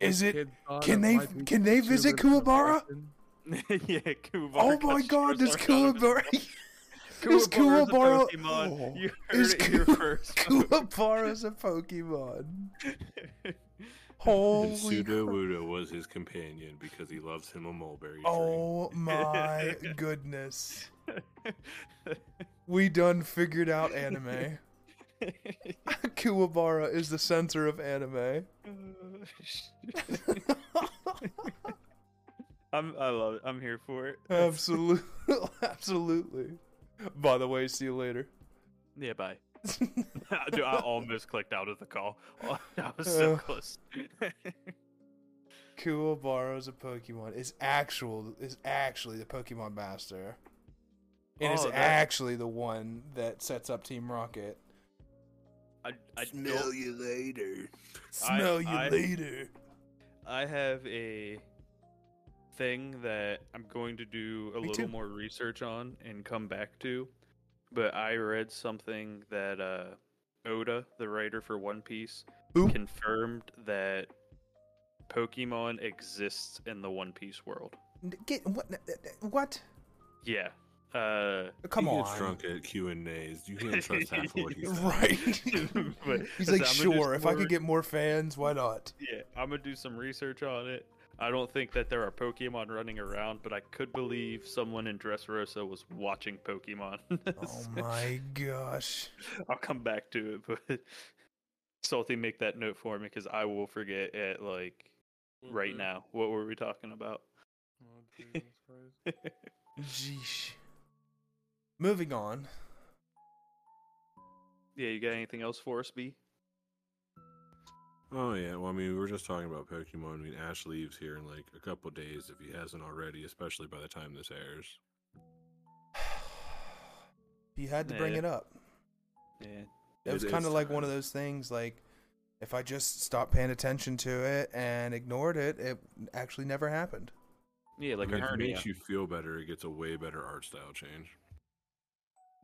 S1: Is
S4: that
S1: it
S4: kid thought
S1: can
S4: it
S1: they-
S4: might be
S1: can they visit
S4: stupid and
S1: Kuwabara?
S4: depression?
S2: yeah, Kuwabara.
S1: Oh my
S2: got
S1: god, does
S2: Charizard out
S1: Kuwabara
S2: of
S1: is
S2: his- Kuwabara's
S1: Kuwabara
S2: a Pokemon.
S1: Oh.
S2: You heard
S1: Is
S2: it here
S1: Kuwa-
S2: first.
S1: Kuwabara's a Pokemon. Holy
S3: And Pseudo Wudo was his companion because he loves him a mulberry tree.
S1: Oh my goodness. We done figured out anime. Kuwabara is the center of anime.
S2: I'm, I love it. I'm here for it.
S1: Uh, Absolutely. Absolutely. By the way, see you later.
S2: Yeah, bye. Dude, I almost clicked out of the call. I was so
S1: Uh.
S2: close.
S1: Kuwabara's a Pokemon. Is actual is actually the Pokemon master. And is
S2: Oh, that-
S1: actually the one that sets up Team Rocket.
S2: I, I don't-
S3: you later.
S2: I-
S1: Smell you
S2: I-
S1: later.
S2: I have a thing that I'm going to do a
S1: Me
S2: little
S1: too.
S2: more research on and come back to. But I read something that uh, Oda, the writer for One Piece,
S1: Who?
S2: confirmed that Pokemon exists in the One Piece world.
S1: Get what what?
S2: Yeah. Uh,
S1: Come
S3: he
S1: on.
S3: Gets drunk at Q and A's. You can't trust half of what he says.
S1: Right.
S2: but,
S1: He's
S2: so
S1: like,
S2: I'm gonna do
S1: sure, if I
S2: some
S1: could get more fans, why not?
S2: Yeah, I'm gonna do some research on it. I don't think that there are Pokemon running around, but I could believe someone in Dressrosa was watching Pokemon.
S1: Oh
S2: So,
S1: my gosh.
S2: I'll come back to it, but Salty, make that note for me because I will forget it. Like right now, what were we talking about?
S4: Oh, Jesus Christ.
S1: Jeesh. Moving on.
S2: Yeah, you got anything else for us, B?
S3: Oh yeah. Well, I mean, we were just talking about Pokemon. I mean, Ash leaves here in like a couple days if he hasn't already, especially by the time this airs.
S1: You had to bring
S2: Yeah.
S1: it up.
S2: Yeah,
S1: It
S3: It
S1: was
S3: is
S1: kind of like one
S3: time.
S1: of those things like if I just stopped paying attention to it and ignored it, it actually never happened.
S2: yeah, like
S3: I mean,
S2: a
S3: if it
S2: hernia.
S3: makes you feel better, it gets a way better art style change.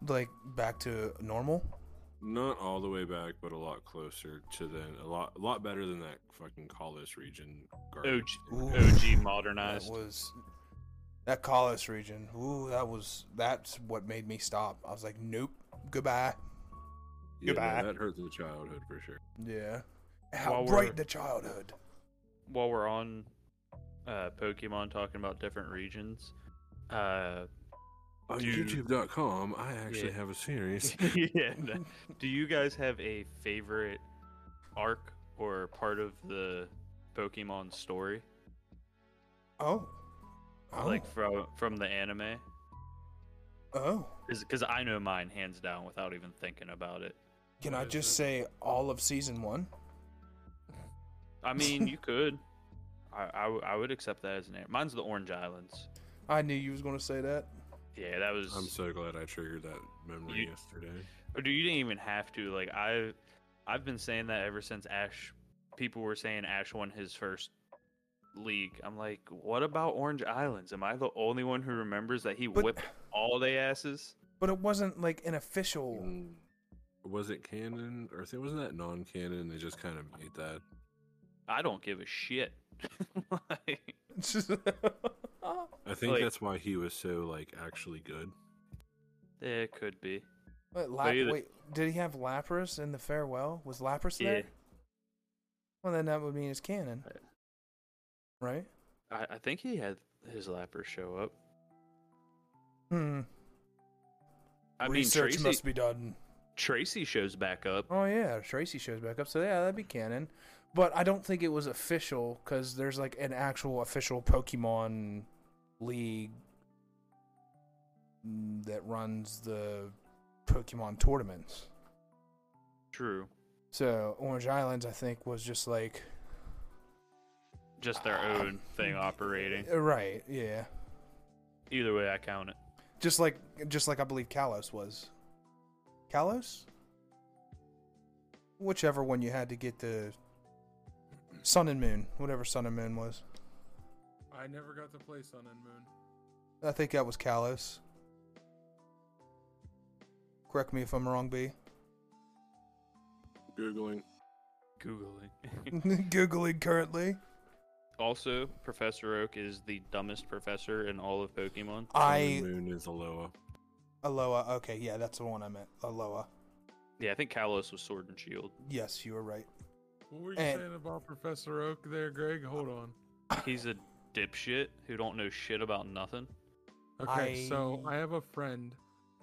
S1: Like back to normal.
S3: Not all the way back, but a lot closer to than a lot, a lot better than that fucking Kalos region.
S2: OG,
S3: garbage.
S1: Ooh.
S2: OG
S1: That
S2: modernized.
S1: was that Collis region. Ooh, that was that's what made me stop. I was like, nope, goodbye.
S3: Yeah, no,
S1: Goodbye.
S3: that hurt the childhood for sure.
S1: Yeah.
S2: While
S1: How
S2: we're-
S1: bright the childhood.
S2: while we're on uh, Pokemon talking about different regions, uh,
S3: On
S2: Dude.
S3: YouTube.com, I actually
S2: Yeah.
S3: have a series.
S2: yeah, no. do you guys have a favorite arc or part of the Pokemon story,
S1: Oh. Oh.
S2: like from from the anime?
S1: oh.
S2: Because I know mine hands down without even thinking about it.
S1: Can
S4: What
S1: I
S4: is
S1: just
S4: it?
S1: say all of season one?
S2: I mean, you could. I, I, w- I would accept that as an answer. Mine's the Orange Islands.
S1: I knew you was gonna say that.
S2: Yeah, that was.
S3: I'm so glad I triggered that memory
S2: You-
S3: yesterday.
S2: Or do you didn't even have to like I I've been saying that ever since Ash. People were saying Ash won his first league. I'm like, what about Orange Islands? Am I the only one who remembers that he
S5: But-
S2: whipped all they asses?
S5: But it wasn't like an official.
S3: Mm, Was it canon or th- wasn't that non-canon? They just kind of made that.
S2: I don't give a shit. like,
S3: I think
S2: Like-
S3: that's why he was so like actually good.
S2: it could be.
S5: Wait, La-
S2: But either-
S5: wait, did he have Lapras in the farewell? Was Lapras there?
S2: Yeah.
S5: Well, then that would mean it's canon, right?
S2: I, I think he had his lapper show up.
S5: Hmm.
S2: I
S5: Research
S2: mean, Tracy,
S5: must be done.
S2: Tracy shows back up.
S5: Oh yeah, Tracy shows back up, so yeah, that'd be canon. But I don't think it was official because there's like an actual official Pokemon league mm, that runs the Pokemon tournaments.
S2: True.
S5: So Orange Islands, I think, was just like
S2: Just their
S5: Um,
S2: own thing operating.
S5: Uh, right, yeah,
S2: Either way, I count it.
S5: just like just like I believe Kalos was. Kalos, whichever one you had to get the Sun and Moon, whatever Sun and Moon was.
S4: I never got to play Sun and Moon.
S5: I think that was Kalos. Correct me if I'm wrong, B.
S3: Googling.
S2: Googling.
S5: Googling currently.
S2: also, Professor Oak is the dumbest professor in all of Pokemon.
S5: I
S3: Moon is Alola.
S5: Aloha. Okay, yeah, that's the one I meant. Aloha.
S2: Yeah, I think Kalos was Sword and Shield.
S5: Yes, you were right.
S4: What were you
S5: And-
S4: saying about Professor Oak there, Greg? Hold on.
S2: He's a dipshit who don't know shit about nothing.
S4: Okay, so
S5: I-
S4: I have a friend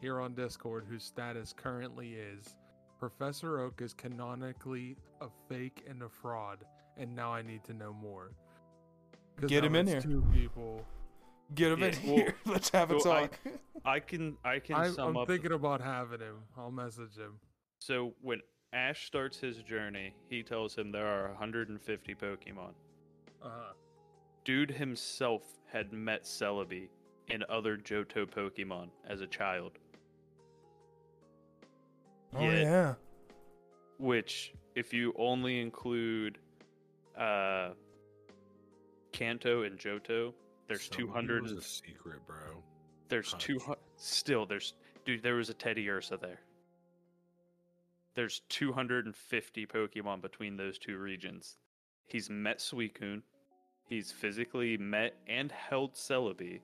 S4: here on Discord whose status currently is Professor Oak is canonically a fake and a fraud, and now I need to know more. 'Cause
S5: Get
S4: now
S5: him in
S4: it's
S5: here.
S4: Two people.
S5: Get him in
S2: Yeah, well,
S5: here. Let's have it
S2: so I-
S5: talk.
S2: I can I can
S4: I,
S2: sum
S4: I'm
S2: up.
S4: thinking about having him. I'll message him.
S2: So when Ash starts his journey, he tells him there are 150 Pokemon.
S1: Uh,
S4: Uh-huh.
S2: Dude himself had met Celebi and other Johto Pokemon as a child.
S5: oh yeah.
S2: which if you only include uh Kanto and Johto, there's
S3: Some of it
S2: two hundred.
S3: was a secret, bro.
S2: There's
S3: Huh.
S2: two hundred. Still, there's dude. There was a Teddy Ursa there. There's 250 Pokemon between those two regions. He's met Suicune. He's physically met and held Celebi.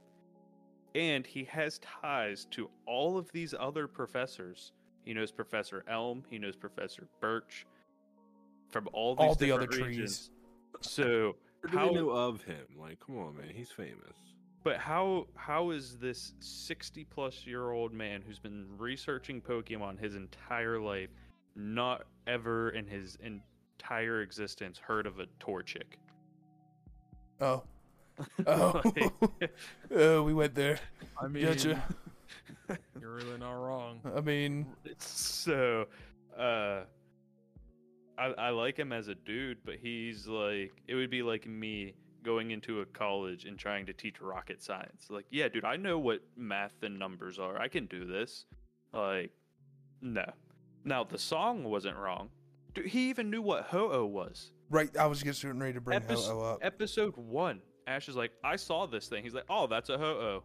S2: And he has ties to all of these other professors. He knows Professor Elm. He knows Professor Birch. From all these
S5: All the other
S2: different
S5: trees.
S2: regions. So
S3: Where do
S2: how
S3: we know of him? Like, come on, man. He's famous.
S2: but how how is this 60 plus year old man who's been researching Pokemon his entire life not ever in his entire existence heard of a Torchic?
S5: Oh. Oh. oh, we went there.
S4: I mean,
S5: Gotcha.
S4: you're really not wrong.
S5: I mean,
S2: so uh I I like him as a dude, but he's like it would be like me going into a college and trying to teach rocket science. Like, yeah, dude, I know what math and numbers are. I can do this. Like, no. Now the song wasn't wrong. Dude, he even knew what Ho-Oh was.
S5: right. I was just getting ready to bring
S2: Epis-
S5: Ho-Oh up.
S2: Episode one, Ash is like, I saw this thing. He's like, oh, that's a Ho-Oh.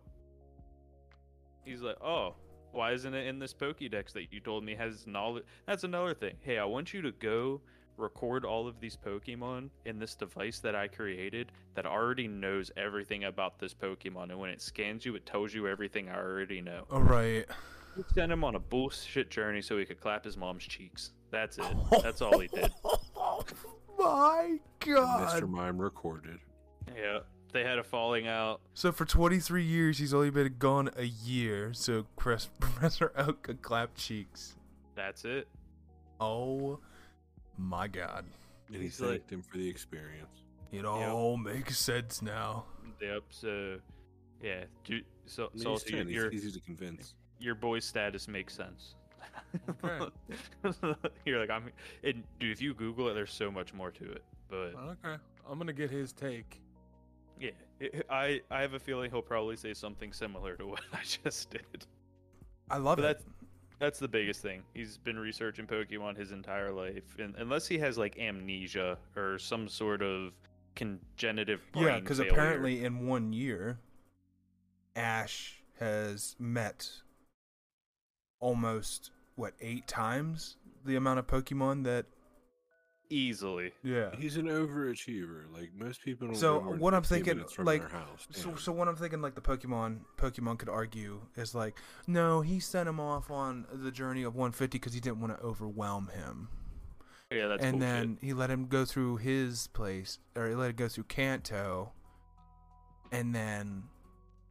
S2: He's like, oh, why isn't it in this Pokédex that you told me has knowledge? That's another thing. Hey, I want you to go record all of these Pokemon in this device that I created that already knows everything about this Pokemon. And when it scans you, it tells you everything I already know.
S1: All right.
S2: You sent him on a bullshit journey so he could clap his mom's cheeks. That's it. That's all he did.
S1: My
S3: Mr.
S1: God.
S3: Mime recorded.
S2: Yeah. They had a falling out.
S1: So for 23 years, he's only been gone a year. So Chris, Professor Oak could clap cheeks.
S2: That's it.
S1: Oh my God.
S3: And he
S2: He's like-
S3: thanked him for the experience.
S1: It all makes sense now.
S2: Yep. So, yeah. Do, so,
S3: I mean,
S2: so
S3: he's 10, he's
S2: your
S3: easy to convince.
S2: your boy's status makes sense.
S4: Okay.
S2: You're like I'm. And dude, if you Google it, there's so much more to it. But
S4: Okay, I'm gonna get his take.
S2: yeah, it- I I have a feeling he'll probably say something similar to what I just did.
S5: I love
S2: But
S5: it.
S2: that's That's the biggest thing. He's been researching Pokemon his entire life, and unless he has like amnesia or some sort of congenitive brain
S1: yeah, because
S2: failure.
S1: apparently in one year, Ash has met almost what eight times the amount of Pokemon that
S2: easily.
S1: yeah.
S3: He's an overachiever. Like most people. Don't
S1: So,
S3: live more than
S1: what I'm
S3: 15
S1: thinking,
S3: minutes from
S1: like,
S3: their house.
S1: So,
S3: Damn.
S1: so what I'm thinking, like the Pokemon, Pokemon could argue is like, no, he sent him off on the journey of 150 because he didn't want to overwhelm him,
S2: Yeah, that's
S1: and
S2: bullshit.
S1: then he let him go through his place, or he let it go through Kanto, and then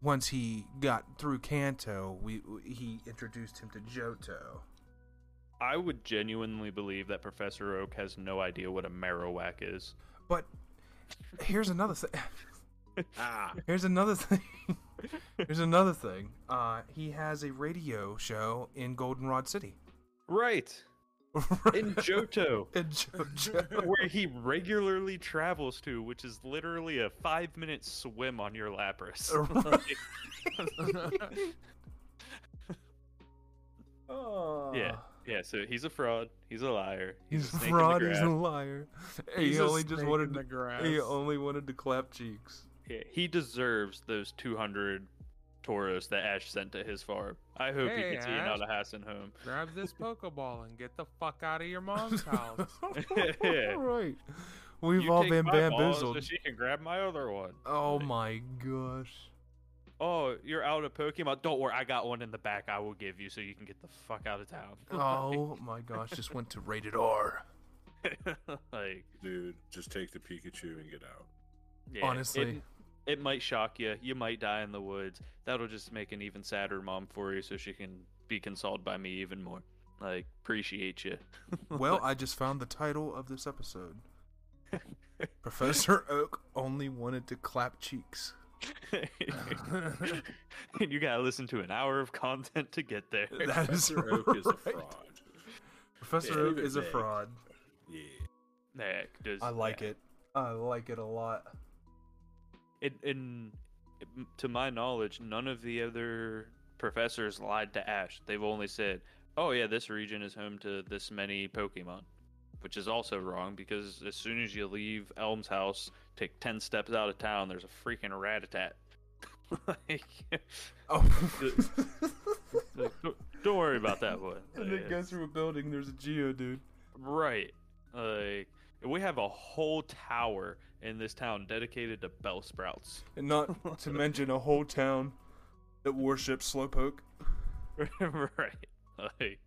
S1: once he got through Kanto, we he introduced him to Johto.
S2: I would genuinely believe that Professor Oak has no idea what a Marowak is.
S1: But here's another thing.
S3: ah,
S1: Here's another thing. Here's another thing. Uh, he has a radio show in Goldenrod City.
S2: Right. In Johto,
S1: In JoJo.
S2: where he regularly travels to, which is literally a five minute swim on your Lapras. yeah. Yeah, so he's a fraud. He's a liar.
S1: Ah. He's
S2: a
S1: a
S2: snake in the
S1: fraud. He's a
S2: grass.
S1: liar.
S4: He's
S1: he
S4: a
S1: only just
S4: snake in
S1: wanted
S4: the
S1: to.
S4: grass.
S1: He only wanted to clap cheeks.
S2: Yeah, he deserves those 200 Tauros that Ash sent to his farm. I hope he
S4: Hey,
S2: gets eaten
S4: Ash.
S2: out of Hassan home.
S4: Grab this Pokeball and get the fuck out of your mom's house.
S1: All right. We've all been bamboozled.
S2: she can grab my other one.
S1: oh my gosh.
S2: Oh, you're out of Pokemon. Don't worry, I got one in the back. I will give you so you can get the fuck out of town.
S1: Oh my gosh. Just went to rated R.
S2: like,
S3: dude, just take the Pikachu and get out.
S2: yeah, it-
S1: Honestly.
S2: it might shock you. You might die in the woods. That'll just make an even sadder mom for you, so she can be consoled by me even more. Like, appreciate you.
S1: Well, I just found the title of this episode. Professor Oak only wanted to clap cheeks.
S2: and you gotta listen to an hour of content to get there.
S1: That is
S3: Professor Oak is a
S1: right.
S3: fraud.
S1: Professor
S2: Yeah.
S1: Oak is a
S3: Big.
S1: fraud.
S3: Yeah.
S2: Yeah, it does-
S1: I like
S2: yeah.
S1: it. I like it a lot.
S2: In, in, to my knowledge, none of the other professors lied to Ash. They've only said, "Oh yeah, this region is home to this many Pokemon," which is also wrong because as soon as you leave Elm's house, take ten steps out of town, there's a freaking Ratatat. like,
S1: Oh.
S2: like, don't, don't worry about that one.
S1: and then
S2: Like,
S1: goes through a building. There's a geo dude.
S2: Right. Like we have a whole tower in this town dedicated to bell sprouts.
S1: And not to mention a whole town that worships Slowpoke.
S2: right. Like,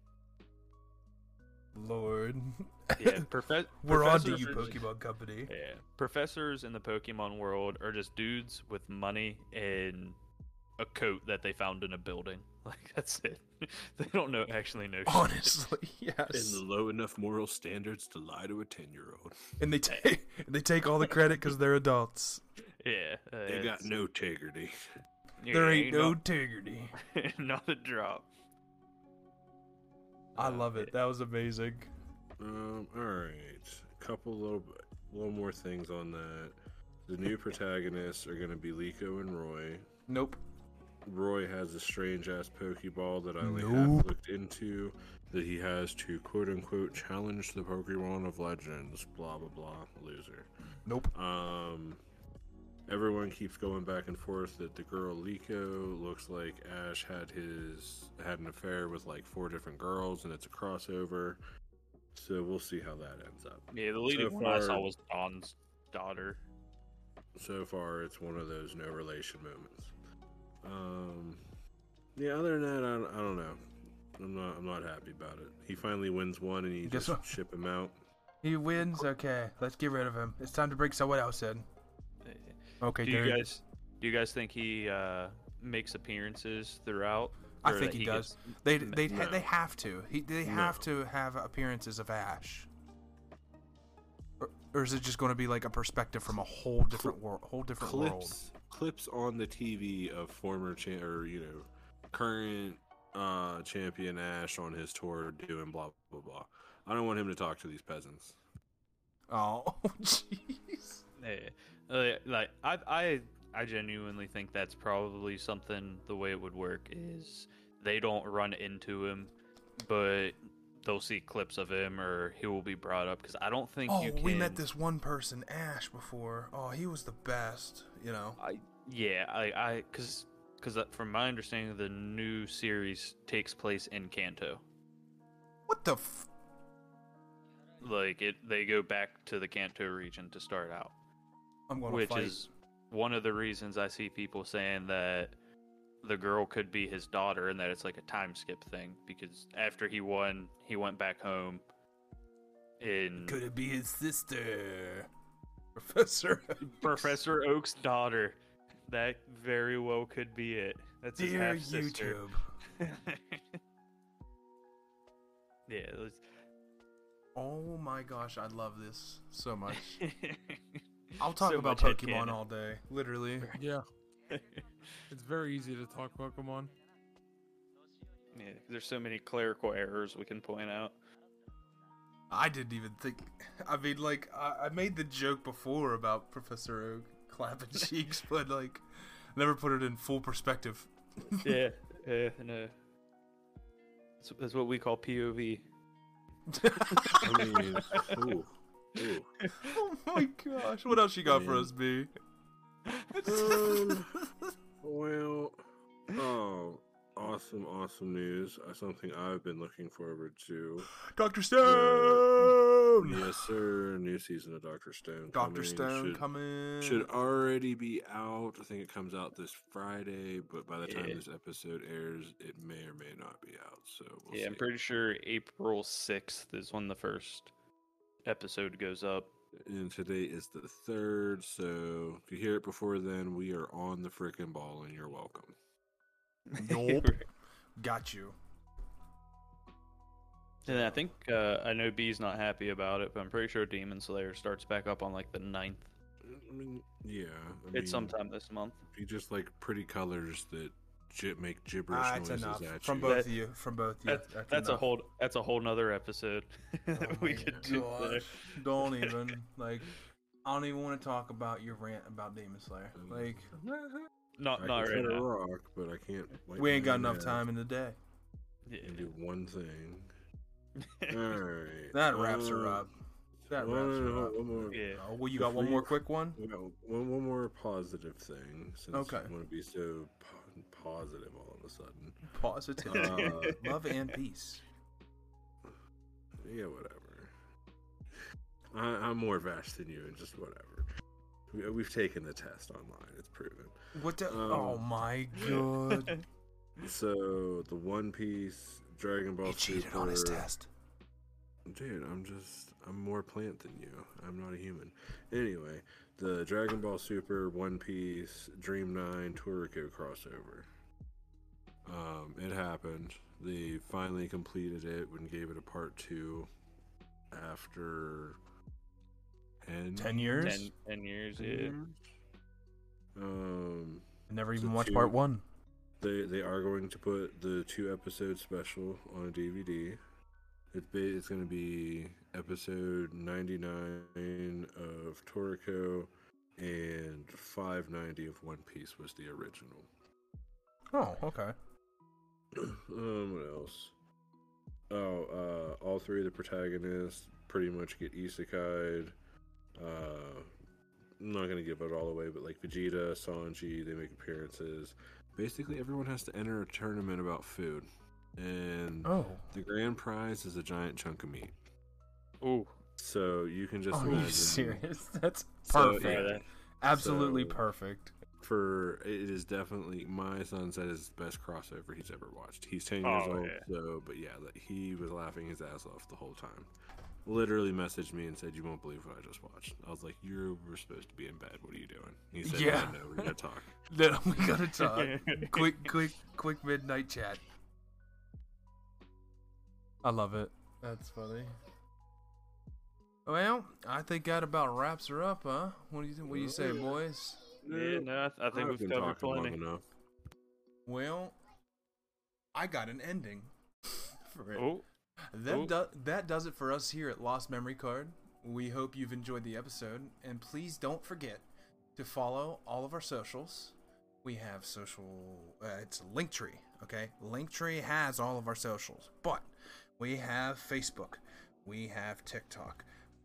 S1: Lord.
S2: yeah, profe-
S1: We're on to
S2: professors
S1: you,
S2: are just-
S1: Pokemon Company.
S2: Yeah. Professors in the Pokemon world are just dudes with money and a coat that they found in a building. Like that's it. they don't know actually know shit.
S1: Honestly,
S3: And
S1: yes.
S3: the low enough moral standards to lie to a ten-year-old.
S1: And they take they take all the credit because they're adults.
S2: Yeah. uh,
S3: They got
S2: it's-
S3: no integrity.
S1: There
S2: yeah,
S1: ain't no integrity.
S2: not, not a drop.
S1: I love it. That was amazing.
S3: Um, all right. A couple little, little more things on that. The new protagonists are going to be Liko and Roy.
S1: Nope.
S3: Roy has a strange ass Pokeball that I only
S1: Nope.
S3: half looked into. That he has to quote unquote challenge the Pokemon of Legends. Blah blah blah. Loser.
S1: Nope.
S3: Um, everyone keeps going back and forth that the girl Liko looks like Ash had his had an affair with like four different girls, and it's a crossover. So we'll see how that ends up.
S2: Yeah, the leading
S3: So
S2: one I saw
S3: far-
S2: was Don's daughter.
S3: so far it's one of those no relation moments um yeah other than that i, don't- I don't know i'm not i'm not happy about it he finally wins one and you
S1: Guess
S3: just
S1: what?
S3: ship him out
S1: He wins. Okay, let's get rid of him. It's time to break someone else in. Okay,
S2: do
S1: dude.
S2: you guys do you guys think he uh, makes appearances throughout?
S1: I
S2: Or
S1: think
S2: that
S1: he,
S2: gets-
S1: does. They they
S3: No.
S1: they have to. He they have
S3: No.
S1: to have appearances of Ash. Or, or is it just going to be like a perspective from a whole different world? Whole different world.
S3: clips clips on the tv of former cha- or you know current uh champion ash on his tour doing blah blah blah i don't want him to talk to these peasants
S1: Oh, jeez.
S2: Yeah. Eh, Like- Like I I I genuinely think that's probably something the way it would work is they don't run into him. but they'll see clips of him or he will be brought up because I don't think
S1: Oh,
S2: you can.
S1: we met this one person, Ash, before. Oh, he was the best. You know.
S2: I yeah, I I because because from my understanding, the new series takes place in Kanto.
S1: What the? F-
S2: Like it, they go back to the Kanto region to start out.
S1: I'm going to
S2: which
S1: fight.
S2: is one of the reasons I see people saying that the girl could be his daughter and that it's like a time skip thing because after he won, he went back home. In
S5: Could it be his sister, Professor?
S2: Professor Oak's daughter, that very well could be it. That's his
S1: Dear
S2: half sister.
S1: YouTube.
S2: yeah, let's-
S1: Oh my gosh, I love this so much. I'll talk
S2: So
S1: about
S2: much head
S1: Pokemon
S2: cannon.
S1: all day, literally.
S4: Yeah, it's very easy to talk Pokemon.
S2: Yeah, there's so many clerical errors we can point out.
S1: I didn't even think. I mean, like, I, I made the joke before about Professor Oak clapping cheeks, but, like, never put it in full perspective.
S2: yeah, yeah, no. That's, that's what we call POV.
S3: I mean, ooh, ooh.
S1: oh my gosh. What else you got for us, B?
S3: Well, oh, awesome, awesome news. Uh, Something I've been looking forward to.
S1: Dr. Stone!
S3: Yes, sir. New season of Doctor Stone.
S1: Dr.
S3: coming.
S1: Stone
S3: should,
S1: coming.
S3: should already be out. I think it comes out this Friday, but by the time
S2: Yeah.
S3: this episode airs, it may or may not be out. So we'll
S2: yeah, I'm
S3: see.
S2: pretty sure April 6th is when the first episode goes up.
S3: And today is the third, so if you hear it before then, we are on the frickin' ball, and you're welcome.
S1: Nope. Got you.
S2: and I think uh, I know B's not happy about it, but I'm pretty sure Demon Slayer starts back up on like the 9th.
S3: I mean, yeah, I
S2: It's
S3: mean,
S2: sometime this month.
S3: You just like pretty colors that gi- make gibberish
S1: Ah, it's
S3: noises
S1: enough.
S3: at
S1: From
S3: you.
S1: both of you. From both of you.
S2: That's, that's a
S1: enough.
S2: whole that's a whole nother episode that
S1: Oh
S2: we
S1: my
S2: could do. there.
S1: gosh. Don't even like. I don't even want to talk about your rant about Demon Slayer. Like
S2: Not
S3: I
S2: not
S3: can
S2: right
S3: cut a
S2: now.
S3: rock, but I can't. wipe
S1: we
S3: my
S1: ain't got
S3: hand
S1: enough
S3: out
S1: time in the day.
S3: And
S2: Yeah.
S3: do one thing. All right,
S1: That wraps her
S3: um,
S1: up. That
S3: no,
S1: wraps
S3: no, no,
S1: her up.
S3: One more.
S2: Yeah.
S1: Oh, well, you got one
S3: Before
S1: more
S3: you-
S1: quick one.
S3: we got One, one more positive thing, since
S1: Okay.
S3: you want to be so po- positive all of a sudden.
S1: Positive,
S3: Uh,
S1: love, and peace.
S3: Yeah, whatever. I, I'm more vast than you, and just whatever. We, we've taken the test online; it's proven.
S1: What? The,
S3: Um,
S1: oh my god! Hmm.
S3: So the One Piece, Dragon Ball
S5: he cheated on his
S3: Super-
S5: test.
S3: Dude, I'm just I'm more plant than you. I'm not a human. Anyway, the Dragon Ball Super, One Piece, Dream Nine, Toriko crossover. Um, it happened. They finally completed it and gave it a part two after ten,
S1: Ten years. Mm-hmm.
S2: Ten, ten years,
S3: ten
S2: yeah.
S3: years? Um
S1: Never
S3: So
S1: even watched
S3: two.
S1: part one.
S3: they they are going to put the two episode special on a DVD. It's ba- it's going to be episode 99 of Toriko and 590 of One Piece was the original.
S1: Oh, okay.
S3: um, what else? Oh, uh, all three of the protagonists pretty much get isekai'd. Uh, I'm not gonna give it all away, but like Vegeta, Sanji, they make appearances. Basically, everyone has to enter a tournament about food, and
S1: Oh,
S3: the grand prize is a giant chunk of meat.
S2: Ooh,
S3: So you can just.
S1: oh, are you
S3: imagine-
S1: serious? That's
S3: So,
S1: perfect.
S2: yeah, that-
S1: Absolutely
S3: so-
S1: perfect.
S3: for it is definitely my son said is the best crossover he's ever watched. He's ten years
S2: Oh,
S3: old,
S2: yeah.
S3: so but yeah, like, he was laughing his ass off the whole time. Literally messaged me and said, "You won't believe what I just watched." I was like, "You were supposed to be in bed. What are you doing?" He said, "Yeah,
S1: Yeah.
S3: no, we're gonna talk."
S1: No, we gotta talk. quick, quick, quick midnight chat. I love it. That's funny. Well, I think that about wraps her up, huh? What do you think? What do you say, boys?
S2: yeah, no, I, th- I think
S3: I've
S2: we've
S3: been
S2: covered
S3: talking long
S2: plenty.
S3: enough.
S1: Well, I got an ending for it.
S2: Oh,
S1: That,
S2: Oh.
S1: do- that does it for us here at Lost Memory Card. We hope you've enjoyed the episode, and please don't forget to follow all of our socials. We have social, uh, it's Linktree, okay? Linktree has all of our socials, but We have Facebook. We have TikTok.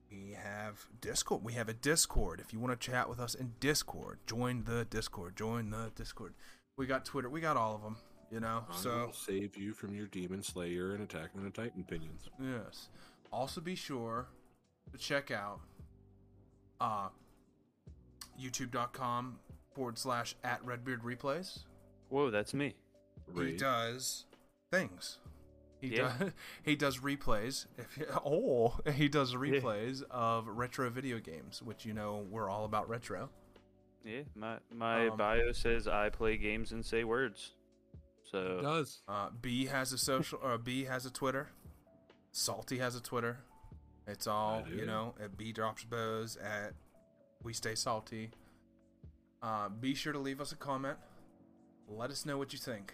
S1: We have Discord. We have a Discord. If you want to chat with us in Discord, join the Discord. Join the Discord. We got Twitter. We got all of them. You know.
S3: I
S1: So
S3: will save you from your demon slayer and attack on a titan pinions.
S1: Yes. Also, be sure to check out uh, youtube.com forward slash at Redbeard Replays.
S2: Whoa, that's me.
S1: He
S3: Raid.
S1: does things. He
S2: Yeah.
S1: does he does replays. If oh, he does replays of retro video games, which you know we're all about retro.
S2: Yeah, my my
S1: Um,
S2: bio says I play games and say words.
S4: It
S2: So
S4: does.
S1: Uh, B has a social. Uh, B has a Twitter. Salty has a Twitter. It's all
S3: I do.
S1: you know. At B drops bows. At we stay salty. Uh, be sure to leave us a comment. Let us know what you think.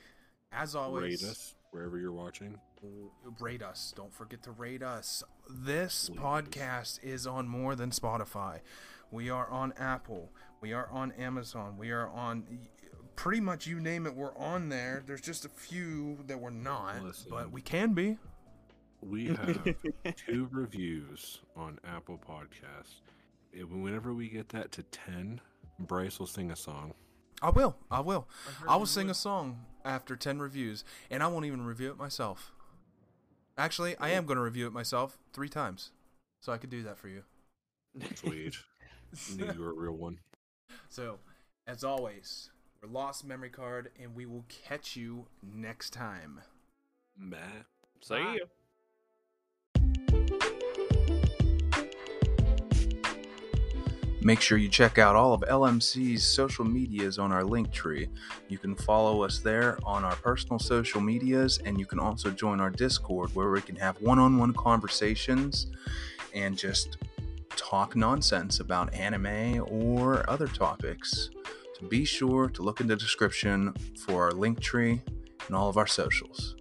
S1: As always,
S3: Raid us wherever you're watching.
S1: w- rate us. Don't forget to rate us. This
S3: Please.
S1: podcast is on more than Spotify. We are on Apple. We are on Amazon. We are on y- pretty much you name it. We're on there. There's just a few that we're not,
S3: Listen.
S1: but we can be.
S3: We have two reviews on Apple Podcasts. It- Whenever we get that to 10, Bryce will sing a song.
S1: I will. I will.
S4: heard
S1: I will
S4: you
S1: sing a
S4: would.
S1: song after 10 reviews, and I won't even review it myself. Actually, I am going to review it myself three times. So I could do that for you.
S3: Sweet. Knew you were a real one.
S1: So, as always, we're Lost Memory Card, and we will catch you next time.
S3: Matt.
S2: see ya.
S1: Make sure you check out all of LMC's social medias on our link tree. You can follow us there on our personal social medias, and you can also join our Discord where we can have one on one conversations and just talk nonsense about anime or other topics. So be sure to look in the description for our link tree and all of our socials.